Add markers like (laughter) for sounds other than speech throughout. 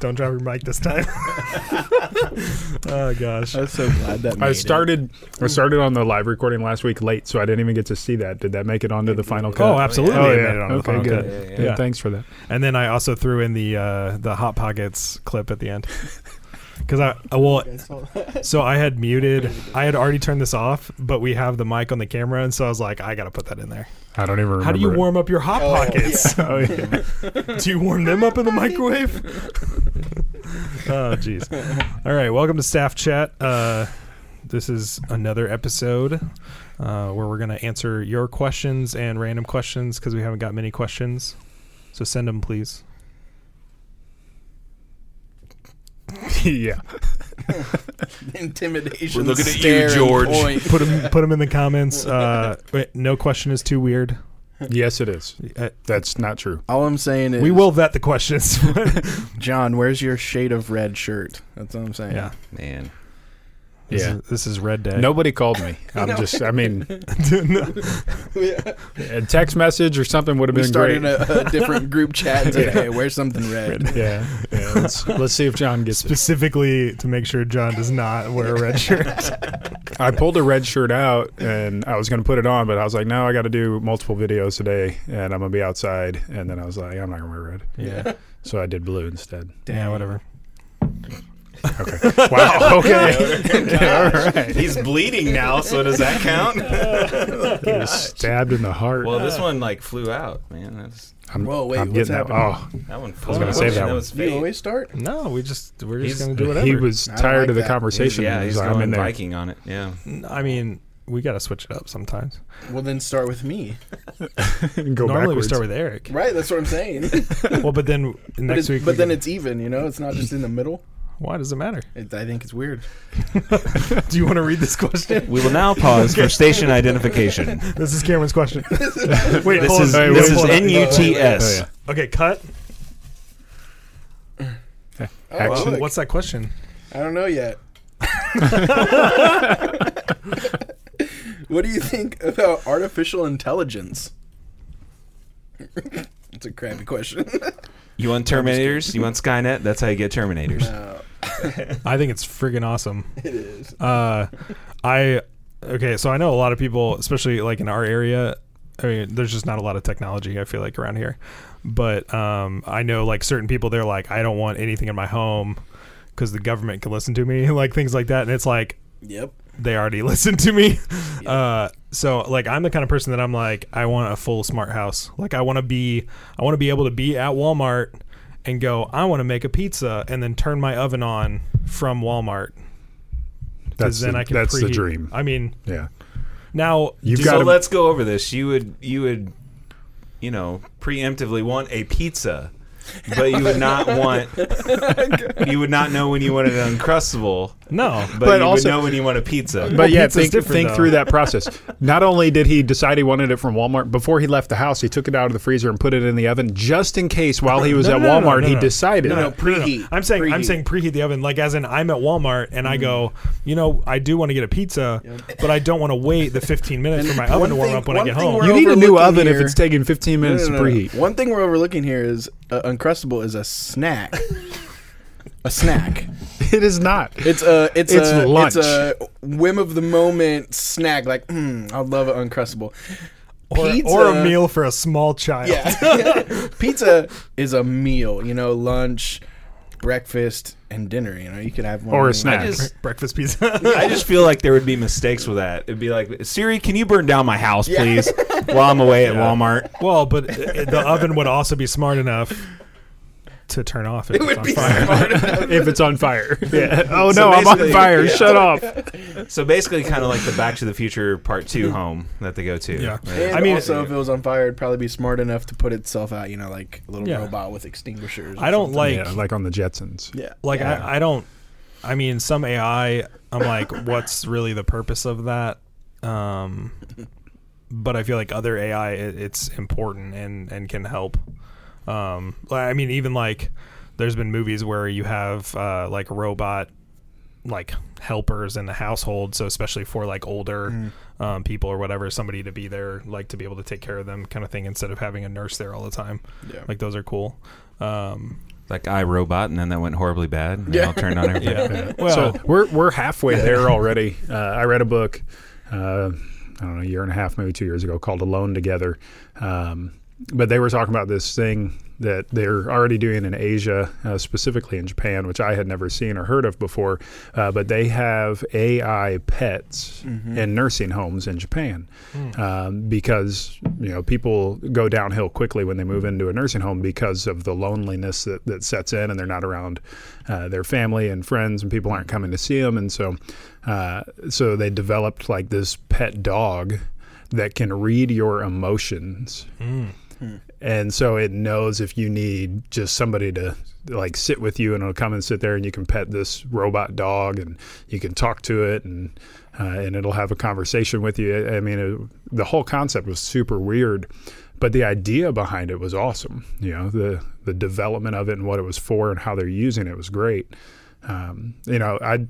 Don't drop your mic this (laughs) time. oh gosh. I'm so glad that made I it. started. I started on the live recording last week late, so I didn't even get to see that. Did that make it onto the final cut? Oh, absolutely. Oh, it yeah. made it on the okay, final good. cut. Yeah, yeah, Yeah, yeah. Thanks for that. And then I also threw in the uh, the hot pockets clip at the (laughs) end because I I- well so I had muted I had already turned this off, but we have the mic on the camera, and so I was like, I gotta put that in there. I don't even remember. How do you it. warm up your hot Oh, pockets? Oh, yeah. (laughs) do you warm them up in the microwave? oh jeez. All right, welcome to staff chat. Uh, this is another episode uh, where we're gonna answer your questions and random questions because we haven't got many questions. So send them, please. (laughs) yeah. (laughs) Intimidation. We're looking at you, stare, and George. point. put them put them in the comments. Uh, wait, no question is too weird. Yes, it is. Uh, That's not true. All I'm saying is, we will vet the questions. (laughs) John, where's your shade of red shirt? That's what I'm saying. yeah, Man. this Yeah. is, this is red day. Nobody called me. I'm just. I mean, No. a text message or something would have We been great. started a, a different (laughs) group chat and said, hey, where's something red? yeah. yeah. Let's, let's see if John gets it. specifically to make sure John does not wear a red shirt. I pulled a red shirt out and I was going to put it on, but I was like, no, I got to do multiple videos today and I'm going to be outside. And then I was like, I'm not going to wear red. yeah, So I did blue instead. yeah, whatever. Okay. (laughs) wow. Okay. Gosh. All right. He's bleeding now, so does that count? He was stabbed in the heart. (laughs) well, this one like flew out, man. That's I'm, Whoa, wait, I'm what's getting that. Oh, happening? that one. I gonna save that one. was You fate. always start? No, we just we're just He's- gonna do whatever. he was I don't tired like of the that. conversation. yeah, He was he's like, I'm in going there. Viking on it. Yeah. I mean, we gotta switch it up sometimes. Well, then start with me. (laughs) Go Normally backwards. we start with Eric. Right, that's what (laughs) I'm saying. well, but then but next it's- week. but we then can- it's even, you know? It's not just in the middle. why does it matter? It, I think it's weird. Do you want to read this question? We will now pause for station identification. This is Cameron's question. wait, This hold is on. Wait, this wait, is hold on. NUTS. Oh, Okay, cut. yeah. Oh, Action. look, What's that question? I don't know yet. what do you think about artificial intelligence? It's a crappy question. You want Terminators? You want Skynet? That's how you get Terminators. Uh, I think it's friggin' awesome. it is. Uh, I okay, so I know a lot of people, especially like in our area. I mean, there's just not a lot of technology. I feel like around here, but um, I know like certain people. They're like, I don't want anything in my home because the government can listen to me, (laughs) like things like that. And it's like Yep. they already (laughs) listened to me. Uh, so like I'm the kind of person that I'm like I want a full smart house. Like I want to be I want to be able to be at Walmart and go I want to make a pizza and then turn my oven on from Walmart. 'Cause That's, then the, I can that's the preheat. dream. I mean, Yeah. now You've do- got so gotta- let's go over this. You would you would you know preemptively want a pizza, but you would not want you would not know when you wanted an uncrustable, no. but, But you also- would know when you want a pizza. But yeah, pizza's think, different, think though. (laughs) through that process. Not only did he decide he wanted it from Walmart before he left the house, he took it out of the freezer and put it in the oven just in case. While he was No, at no, no, Walmart, no, he no. decided. No, preheat. I'm saying I'm Preheat. saying preheat the oven like as in I'm at Walmart and I go, you know, I do want to get a pizza, but I don't want to wait the 15 minutes for my oven to warm thing- up when I one get thing home. we're You need a new overlooking oven if here- it's taking 15 No, minutes no, no, to no. preheat. (laughs) One thing we're overlooking here is uh, uncrustable is a snack. a snack. It is not. It's a it's, It's a lunch. it's a whim of the moment snack. Like, mm, I'd love an uncrustable. Or, Pizza- or a meal for a small child. Yeah. (laughs) pizza is a meal, you know, lunch, breakfast, and dinner. You know, you could have one Or a meal. snack. just- (laughs) Bre- breakfast pizza. (laughs) I just feel like there would be mistakes with that. It'd be like, Siri, can you burn down my house, Yeah. please, while I'm away at Walmart? (laughs) well, but i- the oven would also be smart enough to turn off if It it's (laughs) would on be fire. smart enough. (laughs) if it's on fire. Yeah. Oh, So no, I'm on basically- fire. yeah. Shut off. So basically, kind of like the Back to the Future Part Two home that they go to. Yeah. Right? And I mean- also, if it was on fire, it'd probably be smart enough to put itself out. You know, like a little Yeah. robot with extinguishers. or I don't something. like yeah, like on the Jetsons. Yeah. like I, I don't i mean some ai i'm (laughs) like what's really the purpose of that um but i feel like other ai it, it's important and and can help um like, i mean even like there's been movies where you have uh like robot like helpers in the household so especially for like older Mm. um, people or whatever somebody to be there like to be able to take care of them kind of thing instead of having a nurse there all the time Yeah. like those are cool um like iRobot, and then that went horribly bad. And they all turned on everything. Yeah. so Well, we're we're (laughs) halfway there already. Uh, I read a book, uh, I don't know, a year and a half, maybe two years ago, called "Alone Together," um, but they were talking about this thing that they're already doing in Asia, uh, specifically in Japan, which I had never seen or heard of before. Uh, but they have AI pets in nursing homes in Japan um, because you know people go downhill quickly when they move into a nursing home because of the loneliness that, that sets in and they're not around uh, their family and friends and people aren't coming to see them and so uh, so they developed like this pet dog that can read your emotions and so it knows if you need just somebody to like sit with you and it'll come and sit there and you can pet this robot dog and you can talk to it and uh, and it'll have a conversation with you i I mean it, the whole concept was super weird but the idea behind it was awesome you know the the development of it and what it was for and how they're using it was great um, you know i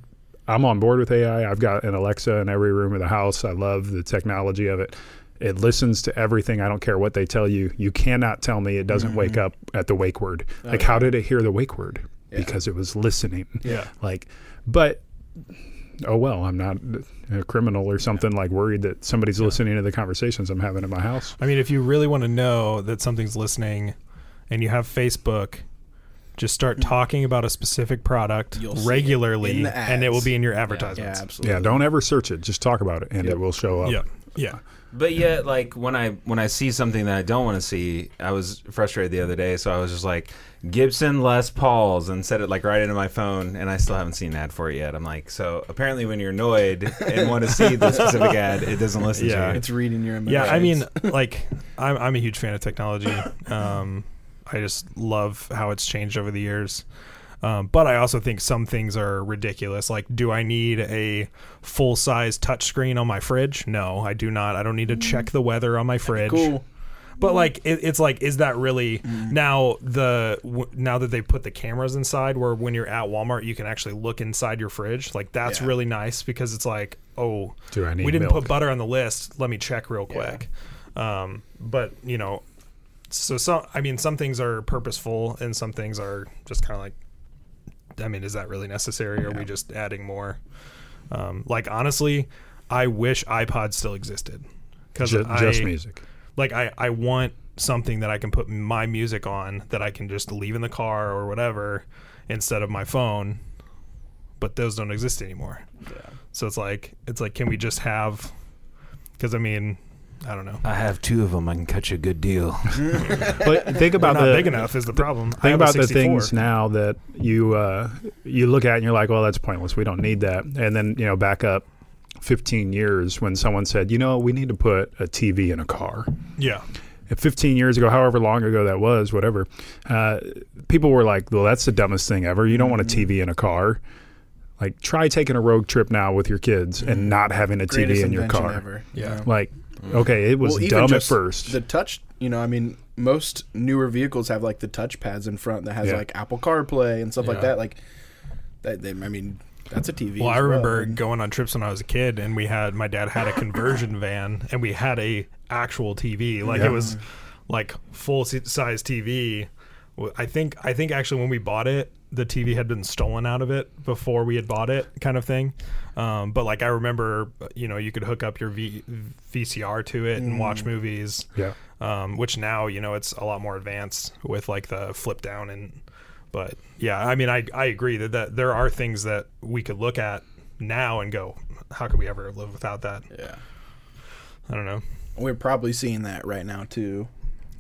i'm on board with ai i've got an alexa in every room of the house i love the technology of it it listens to everything. I don't care what they tell you. You cannot tell me it doesn't wake Mm-hmm. up at the wake word. Oh, like, how did it hear the wake word? Because it was listening. Yeah. Like, but oh well, I'm not a criminal or something. Like worried that somebody's listening to the conversations I'm having in my house. I mean, if you really want to know that something's listening, and you have Facebook, just start talking about a specific product Mm-hmm. You'll see it regularly, in the and it will ads. be in your Yeah, advertisements. absolutely. Yeah. Don't ever search it. Just talk about it, and it will show up. Yeah, yeah, But yet, like when I when I see something that I don't want to see, I was frustrated the other day, so I was just like Gibson Les Pauls and set it like right into my phone, and I still haven't seen an ad for it yet. I'm like, so apparently, when you're annoyed and want to see the specific ad, it doesn't listen Yeah. to you. It's reading your emotions. yeah. I mean, (laughs) like, I'm I'm a huge fan of technology. Um, I just love how it's changed over the years. Um, but I also think some things are ridiculous. Like, do I need a full size touchscreen on my fridge? No, I do not. I don't need to check the weather on my fridge. Mm. cool. But like, it, it's like, is that really Mm-hmm. now the w- now that they put the cameras inside, where when you're at Walmart, you can actually look inside your fridge. Like that's Yeah. really nice because it's like, oh, Do I need we didn't milk? put butter on the list. Let me check real quick. Um, but you know, so some, I mean, some things are purposeful and some things are just kind of like, I mean, is that really necessary? Are we just adding more? Um, like honestly, I wish iPods still existed because Ju- just music. like I, I want something that I can put my music on that I can just leave in the car or whatever instead of my phone. But those don't exist anymore. So it's like it's like can we just have cuz I mean, I don't know. I have two of them. I can cut you a good (laughs) deal. But think They're about not the big enough is the problem. I Think have a about the 64. things now that you uh, you look at and you're like, well, that's pointless. We don't need that. And then you know, back up 15 years when someone said, you know, we need to put a TV in a car. Yeah. And 15 years ago, however long ago that was, whatever, uh, people were like, well, that's the dumbest thing ever. You don't want a Mm-hmm. TV in a car. Like, try taking a road trip now with your kids and not having a TV Mm-hmm. Greatest in your invention car. Ever, you Yeah. know? Like, okay, it was Well, even dumb at just first. The touch, you know, I mean, most newer vehicles have like the touch pads in front that has Yeah. like Apple CarPlay and stuff Yeah. like that. Like, that, they, I mean, that's a TV. Well, as I remember and- going on trips when I was a kid, and we had my dad had a conversion van, and we had a actual TV, like Yeah. it was like full si- size TV. W- I think I think actually when we bought it, the TV had been stolen out of it before we had bought it, kind of thing. Um, but like I remember, you know, you could hook up your v- VCR to it and watch movies. Yeah. Um, which now you know it's a lot more advanced with like the flip down and but yeah i mean i, I agree that, that there are things that we could look at now and go how could we ever live without that yeah. i don't know We're probably seeing that right now too.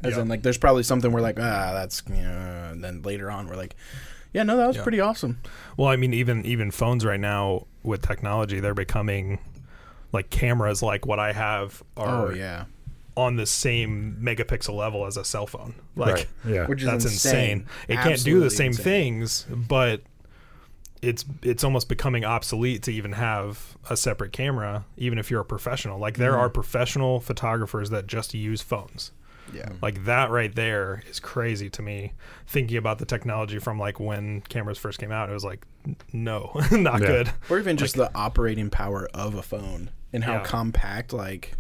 As Yeah. in, like, there's probably something we're like, ah, that's, you know, and then later on we're like, yeah, no, that was pretty awesome. well i mean even even phones right now with technology they're becoming like cameras like what i have are Oh, yeah. on the same megapixel level as a cell phone like right. Yeah. Which is that's insane. It can't do Absolutely the same insane. things, but it's it's almost becoming obsolete to even have a separate camera, even if you're a professional. Like there are professional photographers that just use phones. Yeah. Like that right there is crazy to me. Thinking about the technology from like when cameras first came out, it was like, n- no, (laughs) not Yeah. good. Or even just the operating power of a phone and how Yeah. compact, like,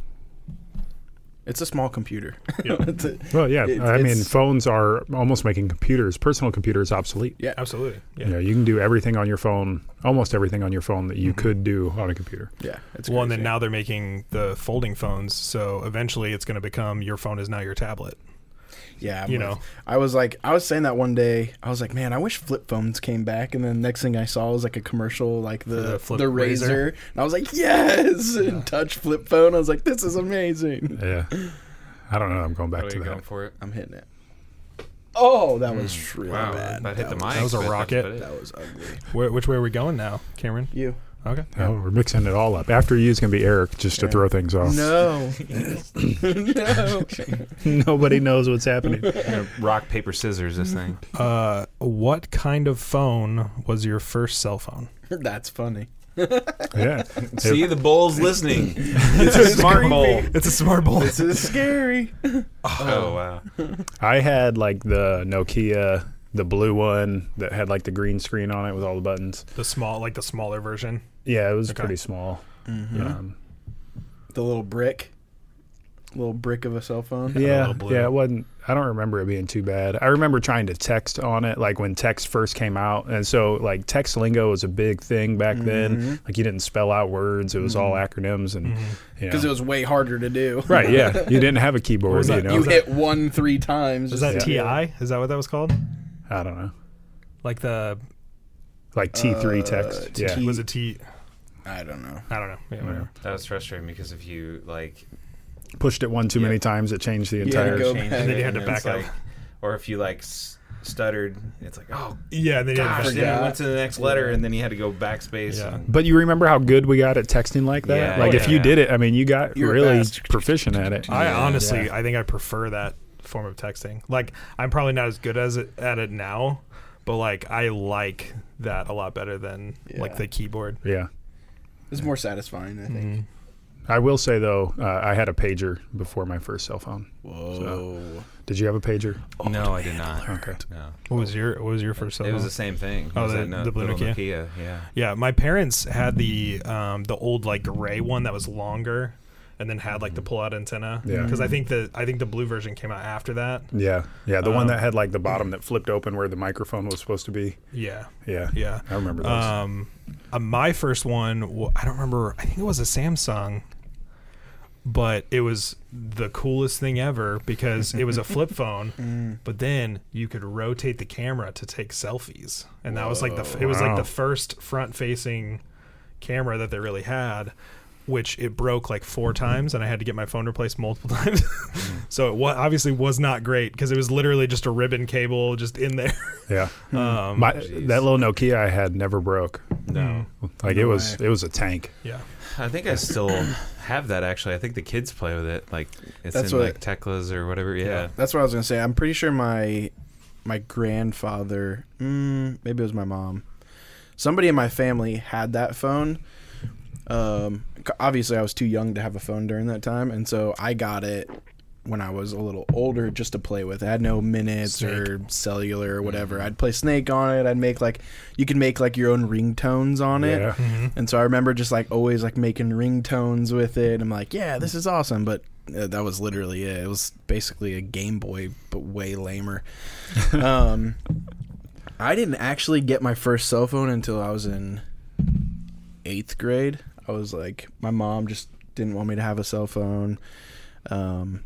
It's a small computer. Yeah. (laughs) It's a- Well, yeah. It's- I mean, it's- phones are almost making computers, personal computers, obsolete. yeah. Absolutely. Yeah. You know, you can do everything on your phone, almost everything on your phone that you could do on a computer. Yeah. It's well, and then crazy. now they're making the folding phones, so eventually it's going to become your phone is now your tablet. Yeah, I'm you with- know. I was like, I was saying that one day. I was like, man, I wish flip phones came back. And then next thing I saw was like a commercial, like the the the, flip razor. razor. and I was like, yes, and touch flip phone. I was like, this is amazing. Yeah. I don't know. I'm going back What to are you going that. for it? I'm hitting it. Oh, that was Mm. really Wow, bad. that hit the mic. was- That was a but that's rocket. about it. That was ugly. Where, which way are we going now, Cameron? You Okay. Oh, we're mixing it all up. After you is going to be Eric, just Yeah. to throw things Oh. off. no, (laughs) no. (laughs) (laughs) Nobody knows what's happening. You're gonna (laughs) Rock, paper, scissors. This thing. Uh, what kind of phone was your first cell phone? (laughs) That's funny. (laughs) Yeah. See, the bull's listening. it's a smart bowl. It's a smart bowl. This is scary. (laughs) Oh wow. I had like the Nokia, the blue one that had like the green screen on it with all the buttons. the small, like the smaller version. Yeah, it was Okay. pretty small. Um, The little brick, little brick of a cell phone. yeah, blue. yeah, it wasn't. I don't remember it being too bad. I remember trying to text on it, like when text first came out, and so like text lingo was a big thing back then. Like you didn't spell out words; it was all acronyms, and you because know. it was way harder to do. right, yeah, you didn't have a keyboard. was You that? know, You was hit one three times. Was just that to- TI? Is that what that was called? I don't know, Like the like T three text. Uh, yeah, T- was it T? I don't know. I don't know. Yeah, whatever. That was frustrating because if you like pushed it one too many Yeah. times, it changed the You had to entire. go changed back. And then you had to and it's back up. Like, or if you like s- stuttered, it's like oh Yeah, and then you had gosh, to back- then you forgot. went to the next letter and then you had to go backspace. Yeah. And, But you remember how good we got at texting like that? Yeah, like yeah, if you yeah. did it, I mean, you got You were really fast. proficient at it. I honestly, Yeah. I think I prefer that form of texting. Like, I'm probably not as good as it, at it now, but like, I like that a lot better than like Yeah. the keyboard. yeah. It's more satisfying, I think. I will say though, uh, I had a pager before my first cell phone. Whoa. Did you have a pager? Oh, no, I did not. Okay. No, What was your What was your first cell it was phone? the same thing. It Oh, was the- that no- the blue little Nokia? Yeah. yeah, my parents had the um, the old like gray one that was longer, and then had like the pull out antenna. Yeah. because I think the I think the blue version came out after that. Yeah, yeah, the one Um, that had like the bottom that flipped open where the microphone was supposed to be. Yeah, Yeah, yeah. I remember those. Um, uh, my first one, w- I don't remember. I think it was a Samsung, but it was the coolest thing ever because it was a (laughs) flip phone. Mm. But then you could rotate the camera to take selfies, and that was like the f- it was like Wow. the first front facing camera that they really had. Which it broke like four Mm-hmm. times, and I had to get my phone replaced multiple (laughs) times. Mm. so it wa- obviously was not great because it was literally just a ribbon cable just in there. yeah, (laughs) Um, my, that little Nokia I had never broke. No, Like it was, it was a tank. yeah. I think I still (coughs) have that actually. I think the kids play with it. Like it's That's in what- like Teclas or whatever. Yeah. That's what I was gonna say. I'm pretty sure my my grandfather, mm, maybe it was my mom, somebody in my family had that phone. Um, c- obviously, I was too young to have a phone during that time, and so I got it when I was a little older just to play with. I had no minutes or cellular or whatever. I'd play Snake on it. I'd make like you could make like your own ringtones on it. Yeah. And so I remember just like always like making ringtones with it. I'm like, yeah, this is awesome, but uh, that was literally it. It was basically a Game Boy, but way lamer. um, I didn't actually get my first cell phone until I was in eighth grade. I was like, my mom just didn't want me to have a cell phone. Um,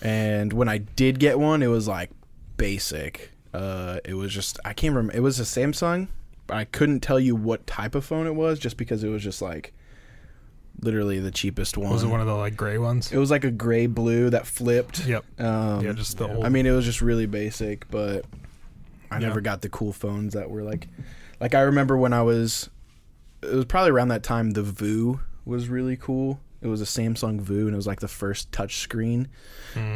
and when I did get one, it was like basic. Uh, it was just I can't remember. It was a Samsung, but I couldn't tell you what type of phone it was, just because it was just like literally the cheapest one. Was it one of the like gray ones? It was like a gray blue that flipped. Yep. Um, yeah, just the old. I mean, it was just really basic, but I Yeah. never got the cool phones that were like, like I remember when I was, it was probably around that time the Vu was really cool. It was a Samsung Vu, and it was like the first touch screen,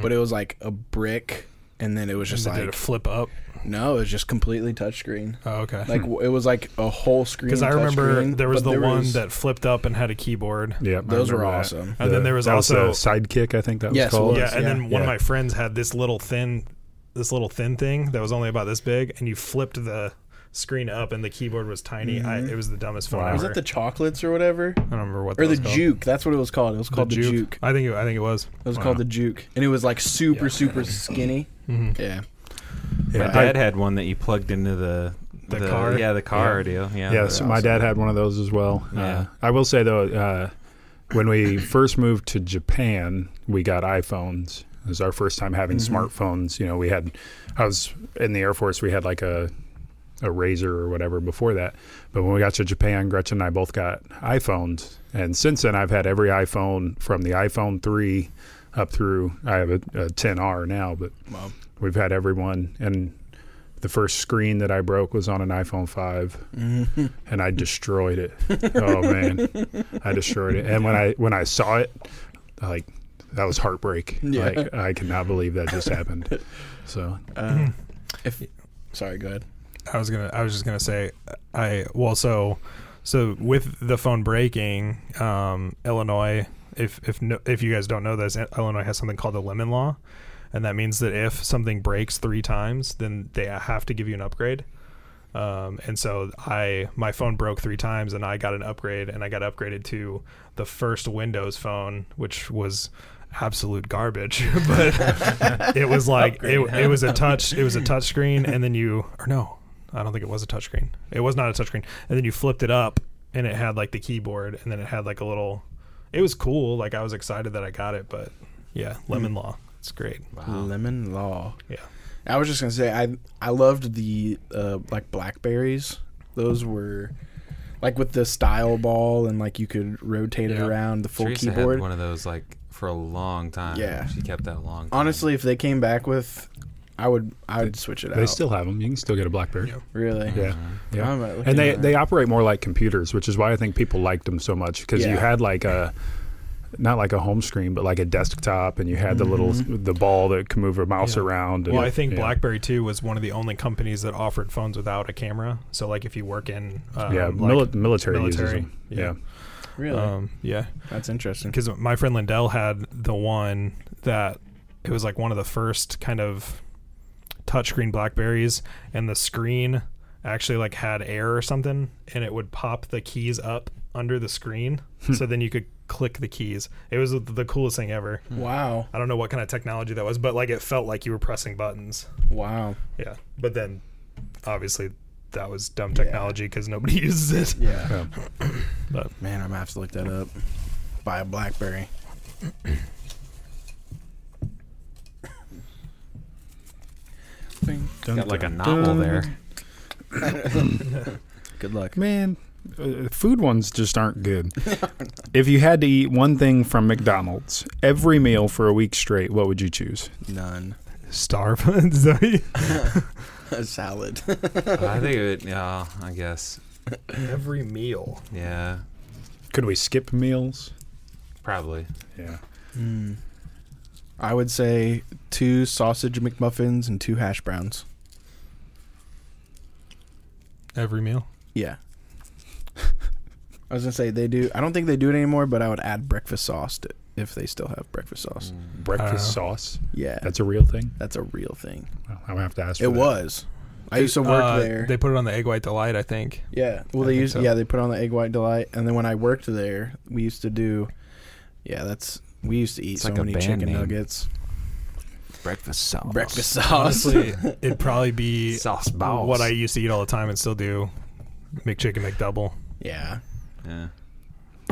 but it was like a brick, and then it was just just Hmm. did like it flip up. no, it was just completely (laughs) touch screen. Oh, okay. Like w- it was like a whole screen. because I touch remember screen, there was but the one that flipped up and had a keyboard. Yeah, I Those were remember that. awesome. And then there was that also- the Sidekick, I think that was Yes, it called. was. Yeah, and then yeah. one of Yeah. my friends had this little thin, this little thin thing that was only about this big, and you flipped the screen up and the keyboard was tiny. I, it was the dumbest phone Wow. ever. Mm-hmm. Was that the chocolates or whatever? I don't remember what that Or the was called. juke? That's what it was called. It was called the, juke. I think it, I think it was. It was called the juke, and it was like super super skinny. Mm-hmm. Yeah. My Yeah, I- dad had one that you plugged into the The car? Yeah, the car deal. Yeah. yeah, the- so my dad had one of those as well. Yeah. Uh, I will say though, uh, when we first moved to Japan, we got iPhones. It was our first time having smartphones. You know, we had, I was in the Air Force. We had like a, a Razor or whatever before that. But when we got to Japan, Gretchen and I both got iPhones, and since then I've had every iPhone from the iPhone three up through I have a, a 10R now, but Wow. we've had every one. And the first screen that I broke was on an iPhone five and I destroyed it. oh man, I destroyed it. And when I when I saw it, I, like that was heartbreak. Yeah. Like I cannot believe that just happened. So Uh, if sorry, go ahead. I was gonna. I was just gonna say. I well, so so with the phone breaking, um, Illinois. If if no, if you guys don't know this, Illinois has something called the Lemon Law, and that means that if something breaks three times, then they have to give you an upgrade. Um, and so I my phone broke three times, and I got an upgrade, and I got upgraded to the first Windows phone, which was absolute garbage. (laughs) but it was like it, it was a touch it (laughs) was a touch screen, and then you or no, I don't think it was a touch screen. It was not a touch screen, and then you flipped it up, and it had like the keyboard, and then it had like a little. It was cool. Like I was excited that I got it, but yeah, Hmm. Lemon Law, it's great. Lemon law. Yeah. I was just gonna say I I loved the uh, like blackberries. Those Mm-hmm. were like with the style ball and like you could rotate it around the full Teresa keyboard. had one of those like for a long time. Yeah. She kept that a long. Time. Honestly, if they came back with, I would I would switch it they out. still have them. You can still get a BlackBerry. Yeah. really. Yeah. Why Yeah. am I looking And they, at they operate more like computers, which is why I think people liked them so much because you Yeah. had like a not like a home screen, but like a desktop, and you had the little the ball that can move a mouse Yeah. around. And, Well, I think yeah. BlackBerry too was one of the only companies that offered phones without a camera. So like if you work in um, yeah, like, mili- military, uses military, 'em. yeah. yeah. Really, Uh, um, yeah, that's interesting. because my friend Lindell had the one that it was like one of the first kind of touchscreen Blackberries, and the screen actually like had air or something, and it would pop the keys up under the screen, so then you could click the keys. It was the coolest thing ever. Hmm. Wow, I don't know what kind of technology that was, but like it felt like you were pressing buttons. wow. Yeah, but then obviously that was dumb technology because nobody (laughs) uses it. Yeah. (coughs) But Man, I'm gonna have to look that up. Buy a BlackBerry. got like a novel there. Good luck. Man, uh, food ones just aren't (laughs) good. if you had to eat one thing from McDonald's every meal for a week straight, what would you choose? None. (laughs) starve. (laughs) Is that what you- A salad. (laughs) I think it. Yeah, I guess. Every meal. Yeah, Could we skip meals? probably. Yeah. Hmm. I would say two sausage McMuffins and two hash browns. Every meal. Yeah. (laughs) I was gonna say they do. I don't think they do it anymore, but I would add breakfast sauce to, if they still have breakfast sauce. Breakfast Uh, sauce. Yeah, Mm. that's, That's a real thing. a real thing. Well, I'm gonna have to ask. For It that. was. I used to work there. Uh, They put it on the egg white delight, I think. yeah. Well, I they think used. so. Yeah, they put on the egg white delight, and then when I worked there, we used to do. Yeah, that's we used to eat It's so like a many band chicken name. nuggets. Breakfast (laughs) sauce. Breakfast sauce. Honestly, (laughs) it'd probably be sauce balls. what I used to eat all the time and still do. McChicken McDouble. yeah. Yeah.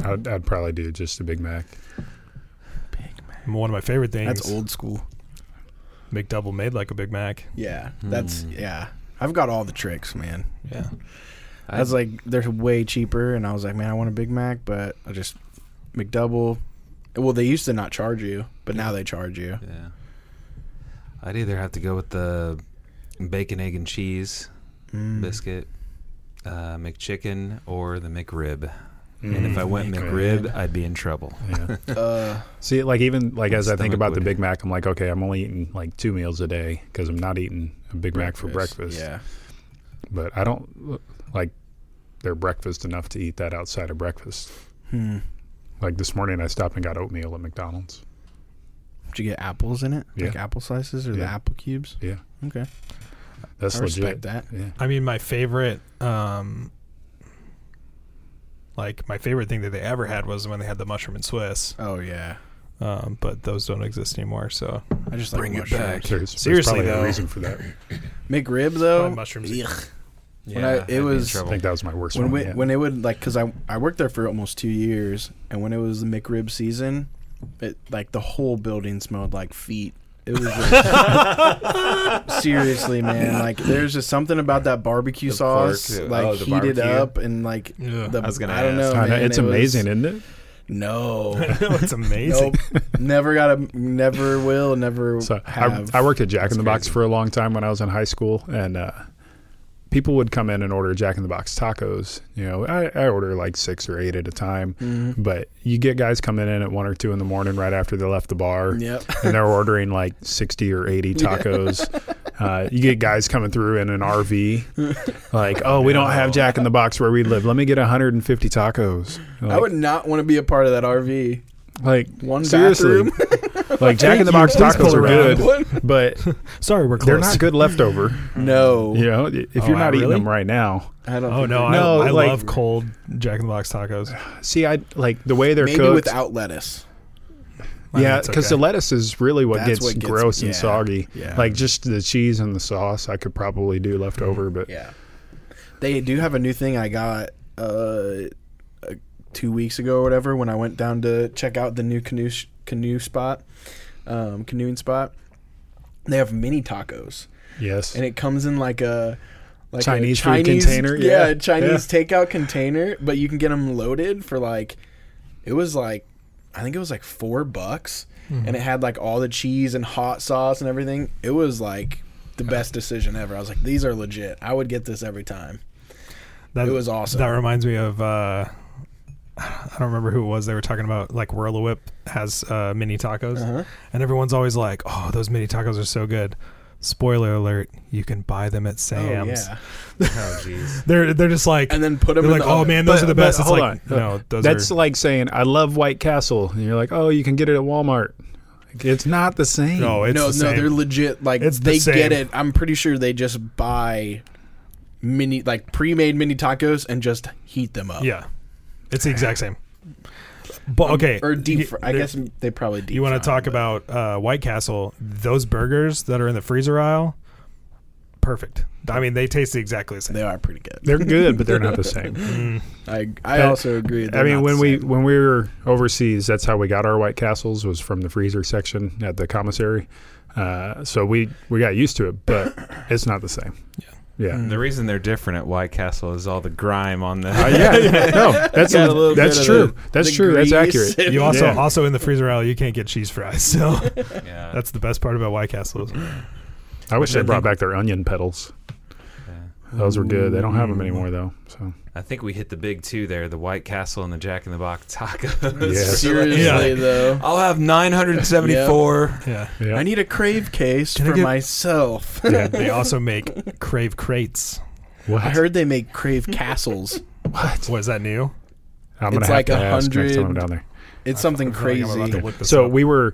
I'd, I'd probably do just a Big Mac. One of my favorite things. That's old school. McDouble made like a Big Mac. Yeah. Hmm. That's yeah. I've got all the tricks, man. Yeah. I was like, they're way cheaper, and I was like, man, I want a Big Mac, but I just McDouble. Well, they used to not charge you, but now they charge you. Yeah. I'd either have to go with the bacon, egg, and cheese Mm. biscuit, uh, McChicken, or the McRib. And Mm. if I went McRib, I'd be in trouble. Mm. Yeah. (laughs) Uh, See, like even like as I think Stomach about the would- Big Mac, I'm like, okay, I'm only eating like two meals a day because I'm not eating a Big Mac for breakfast. Yeah, But I don't like their breakfast enough to eat that outside of breakfast. Hmm. Like this morning, I stopped and got oatmeal at McDonald's. did you get apples in it? Like Yeah. apple slices or the Yeah. apple cubes? Yeah. Okay. That's I legit. respect that. Yeah. I mean, my favorite, um, like my favorite thing that they ever had was when they had the mushroom and Swiss, Oh yeah, um, but those don't exist anymore. So I just like Bring it mushrooms. back. There's, there's Seriously, probably though. a reason for that. McRib probably though. mushrooms. (laughs) Ugh. Yeah, When I- it I'd be in was- trouble. Oh, I think that was my worst When one. we, yeah. when it would like because I I worked there for almost two years, and when it was the McRib season, it like the whole building smelled like feet. It was just, (laughs) seriously, man. Like there's just something about that barbecue The pork, sauce, too. like Oh, the heated barbecue. up and like Yeah. the. I was gonna I don't ask. know. I know, man, it's it was- amazing, isn't it? (laughs) No. it's amazing. Nope. never got a. Never will. Never So I, have. I worked at Jack in That's the Box crazy. for a long time when I was in high school, and uh, people would come in and order Jack in the Box tacos. You know, I, I order like six or eight at a time, Mhm. but you get guys coming in at one or two in the morning right after they left the bar, Yep. and they're ordering like sixty or eighty tacos. Uh, you get guys coming through in an RV, like, oh, we don't have Jack in the Box where we live. Let me get 150 tacos. I would not want to be a part of that RV. like One seriously, (laughs) like Jack in the Box Please tacos pull (laughs) are around. good, What? but Sorry, we're close. they're not good leftover. No, You know, if Oh, you're wow, not eating really? them right now, I don't. Oh think no, they- No, I, I like- love cold Jack in the Box tacos. see, I like the way they're maybe cooked. without lettuce. I mean, yeah, it's because okay. the lettuce is really what, That's gets, what gets- gross yeah, and soggy. yeah. Like just the cheese and the sauce, I could probably do leftover, but Yeah, they do have a new thing I got uh, uh, two weeks ago or whatever when I went down to check out the new canoe sh- canoe spot, um, canoeing spot. They have mini tacos, yes, and it comes in like a. Like a Chinese food container, yeah, yeah, a Chinese takeout container, but you can get them loaded for like, it was like, I think it was like four bucks, Mm-hmm. and it had like all the cheese and hot sauce and everything. It was like the best decision ever. I was like, these are legit. I would get this every time. That It was awesome. That reminds me of uh, I don't remember who it was. They were talking about like Whirlawhip has uh, mini tacos, Uh-huh. Oh, and everyone's always like, "Oh, those mini tacos are so good." Spoiler alert: You can buy them at Oh, Sam's. yeah. Oh (laughs) jeez. They're they're just like And then put them they're in like, the "Oh oven." man, those But- are the but best." It's hold like, on. no, those that's are like saying I love White Castle, and you're like, oh, you can get it at Walmart. Like, it's not the same. no, it's no, the no, same. they're legit. Like It's the they same. get it. I'm pretty sure they just buy mini, like pre-made mini tacos and just heat them up. yeah, it's the exact same. But okay, Um, Eh, Or y- deep. Fr- I there- guess they probably deep. you want to fry 'em, talk but- about uh, White Castle? Those burgers that are in the freezer aisle, perfect. I mean, they taste exactly the same. They are pretty good. (laughs) they're good, but they're not (laughs) the same. I I That- also agree. I Mm, they're mean, not when the we same. when we were overseas, that's how we got our White Castles was from the freezer section at the commissary. Uh, so we we got used to it, (coughs) but it's not the same. Yeah, Mm. yeah, The reason they're different at White Castle is all the grime on (laughs) the. Uh, yeah. yeah. No, that's Got a little bit that's of true. the- that's the true. That's grease. (laughs) accurate. You also Yeah. also in the freezer aisle, you can't get cheese fries. (laughs) So yeah. that's the best part about White Castle. I wish I they brought think- back their onion petals. yeah. Those were good. They don't Mm. have them anymore though. So I think we hit the big two there: the White Castle and the Jack in the Box tacos. (laughs) (laughs) Yes. seriously Yeah. though, I'll have 974. Yeah. (laughs) yeah, I need a crave case Can I for get- myself. (laughs) yeah. They also make crave crates. what? I heard they make crave (laughs) castles. what? What is that new? I'm gonna It's have like to ask 100 next time I'm down there. It's something I feel like I'm crazy. about to look this So up. we were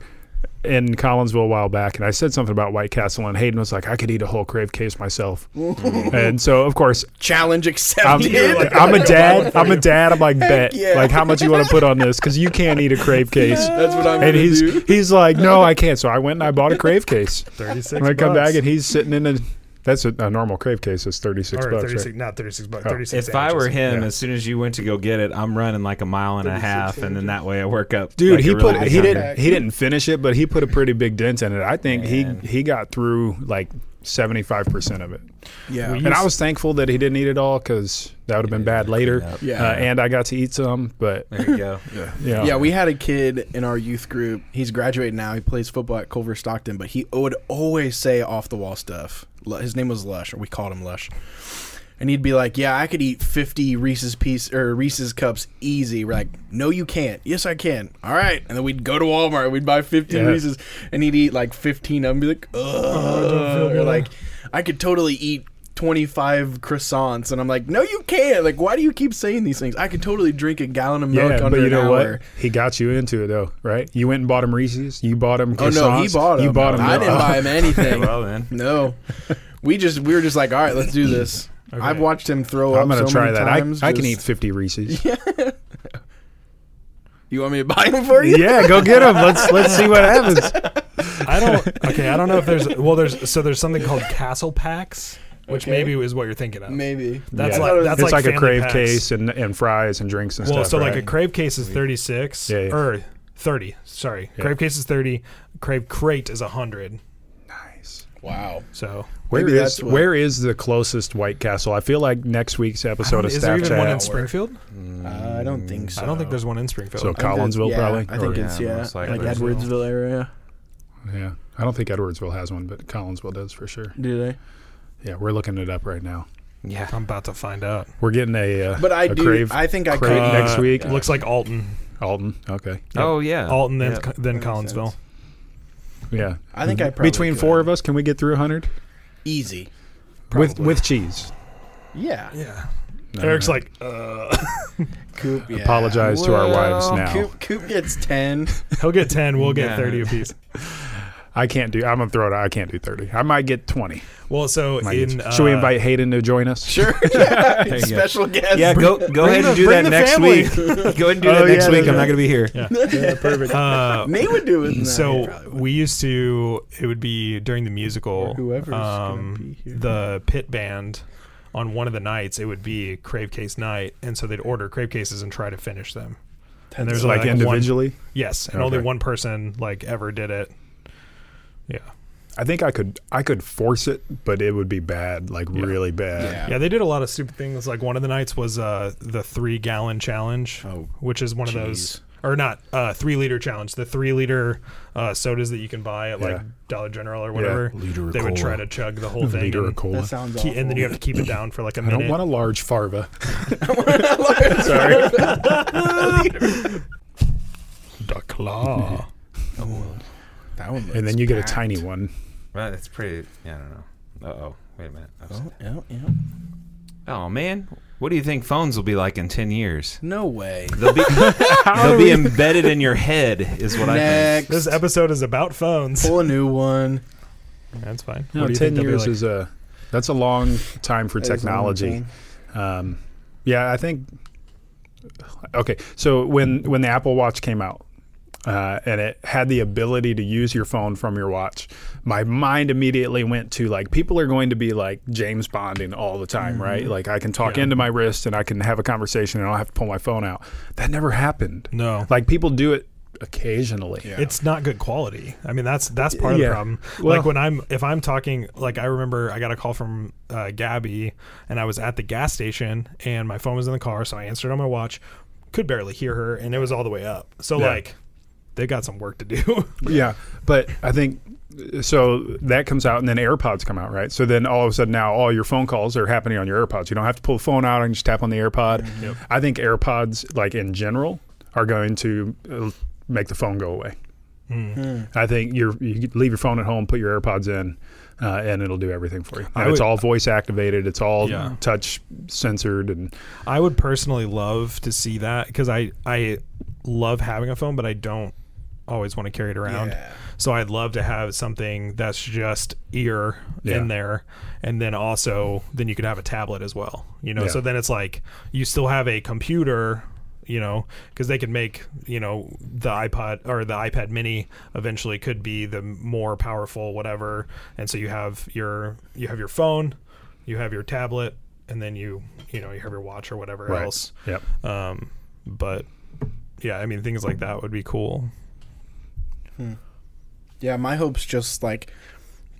in Collinsville a while back, and I said something about White Castle, and Hayden was like, "I could eat a whole crave case myself." and so, of (laughs) course, Challenge I'm, accepted. I'm a dad. I'm a dad. I'm like, bet, yeah. like, how much you want to put on this? Because you can't eat a (laughs) crave case. (laughs) That's what I'm And gonna he's do. he's like, no, I can't. So I went and I bought a (laughs) crave case. 36 And I come bucks. back, and he's sitting in a. That's a, a normal crave case. is thirty six or bucks. 36, right? not 36 bucks. Oh. 36 If I were sandwiches. him, Yeah. as soon as you went to go get it, I'm running like a mile and a half, and then that way I work up. Dude, like, he a really put big he number. didn't he didn't finish it, but he put a pretty big dent in it. I think Man. he he got through like seventy five percent of it. yeah. We- And I was thankful that he didn't eat it all because that would have been bad later. Yep. Yeah. Uh, and I got to eat some, (laughs) but There (laughs) you go. you know, Yeah, we had a kid in our youth group. He's graduated now. He plays football at Culver Stockton, but he would always say off the wall stuff. Lu- His name was Lush, or we called him Lush. And he'd be like, "Yeah, I could eat 50 Reese's piece or Reese's cups easy." We're like, "No, you can't." "Yes, I can." "All right." And then we'd go to Walmart, we'd buy 50 Yeah. Oh, Reese's, and he'd eat like 15 of them. Be like, "Ugh," or like, "I could totally eat 25 croissants." And I'm like, "No, you can't." Like, why do you keep saying these things? I could totally drink a gallon of milk yeah, under but you an know hour. what? He got you into it though, right? You went and bought him Reese's. You bought him. Oh no, he croissants, bought him. (laughs) You bought him. I milk. didn't buy him anything. Well then, no, We just we were just like, all right, let's do this. I've watched him throw up. I'm gonna so try many that. Times, I, I can eat just- (laughs) 50 Reese's. You want me to buy him for you? yeah, go get (laughs) them. Let's let's see what happens. I (laughs) don't. Okay, I don't know if there's. Well, there's. So there's something called castle packs, which Okay. maybe is what you're thinking of. Maybe. That's Yeah. like that's it's like, a family crave packs. case and, and fries and drinks and Well, stuff. so like right? a crave case is 36 Yeah, yeah. or 30. Sorry, Yeah. crave case is 30. Crave crate is 100. nice. Wow. So Where Maybe is that's what- where is the closest White Castle? I feel like next week's I episode don't- of is there Staff even one in Chat. Springfield? I don't think so. I don't think there's one in Springfield. So I think it's- Collinsville yeah, probably. I think or- it's Yeah, yeah, most like likely so. Edwardsville area. yeah. I don't think Edwardsville has one, but Collinsville does for sure. Do they? Yeah, we're looking it up right now. Yeah. I'm about to find out. We're getting a uh, But I a do. crave I think I crave could. next Uh, week. Looks like Alton, Alton. Okay. Oh yeah. Alton, then Yep. then That makes Collinsville. Yeah. Mm-hmm. I think I probably between could. four of us, can we get through hundred Easy. with Probably. with cheese? Yeah. Yeah, No, Eric's no. like, uh, (laughs) Coop. Yeah. apologize to our wives Well, now. Coop, Coop gets ten. he'll get ten. We'll get Yeah. thirty apiece. I can't do. I'm gonna throw it. out. I can't do thirty. I might get twenty. Well, so (laughs) Might get- in uh, Should we invite Hayden to join us? (laughs) Sure. you go. Special guest. Yeah, go go bring ahead the- and do bring that the next family. (laughs) week. go ahead and do Oh, that next yeah, week. that's I'm not right. going to be here. perfect. Uh, Nate would do it. No, he so probably wouldn't. we used to it would be during the musical Or whoever's gonna um, be here. the pit band on one of the nights it would be crave case night and so they'd order crave cases and try to finish them and there's uh, like, individually. one, yes and Okay. only one person like ever did it yeah I think I could. I could force it, but it would be bad. Like really bad. yeah they did a lot of stupid things like one of the nights was uh the three gallon challenge Oh, which is one of jeez. those or not uh three liter challenge the three liter uh sodas that you can buy at like Yeah. dollar general or whatever Liter of they would try to cola. chug the whole thing Liter and- of cola. That sounds Ke- awful. and then you have to keep it down for like a I minute. don't want a large farva. (laughs) the claw. that one. (laughs) and then looks you get a packed. tiny one. Well, that's pretty. Yeah, I don't know. Uh oh. Wait a minute. I've- Oh, yeah, yeah. Oh man, what do you think phones will be like in ten years? No way. (laughs) They'll be they'll be embedded in your head, is what I Next. This episode is about phones. (laughs) Pull a new one. That's fine. No, What do you ten think they'll be years like? is a. That's a long time for That is another technology. thing. Um, yeah, I think. Okay, so when when the Apple Watch came out, uh, and it had the ability to use your phone from your watch, my mind immediately went to like people are going to be like James Bonding all the time, Mm-hmm. right? Like I can talk into my wrist and I can have a conversation and I don't have to pull my phone out. That never happened. No. like people do it occasionally. Yeah. it's not good quality. I mean, that's that's part of Yeah. the problem. Well- like when I'm if I'm talking, like I remember I got a call from uh, Gabby, and I was at the gas station, and my phone was in the car, so I answered on my watch, could barely hear her, and it was all the way up. So Yeah. like, they got some work to do. (laughs) Yeah, but I think so that comes out and then AirPods come out, right? So then all of a sudden now all your phone calls are happening on your AirPods. You don't have to pull the phone out and just tap on the AirPod. Mm-hmm. I think AirPods like in general are going to uh, make the phone go away. Mm-hmm. I think you're, you could leave your phone at home, put your AirPods in, uh, and it'll do everything for you. And it's would- all voice activated. It's all Yeah. touch censored, and I would personally love to see that because I I love having a phone, but I don't always want to carry it around. Yeah. So I'd love to have something that's just ear Yeah. in there, and then also then you could have a tablet as well. You know, Yeah. so then it's like you still have a computer. You know, because they could make you know the iPod or the iPad Mini eventually could be the more powerful whatever, and so you have your you have your phone, you have your tablet, and then you you know you have your watch or whatever Right. else. yep. Um, but yeah, I mean things like that would be cool. Yeah, my hope's just like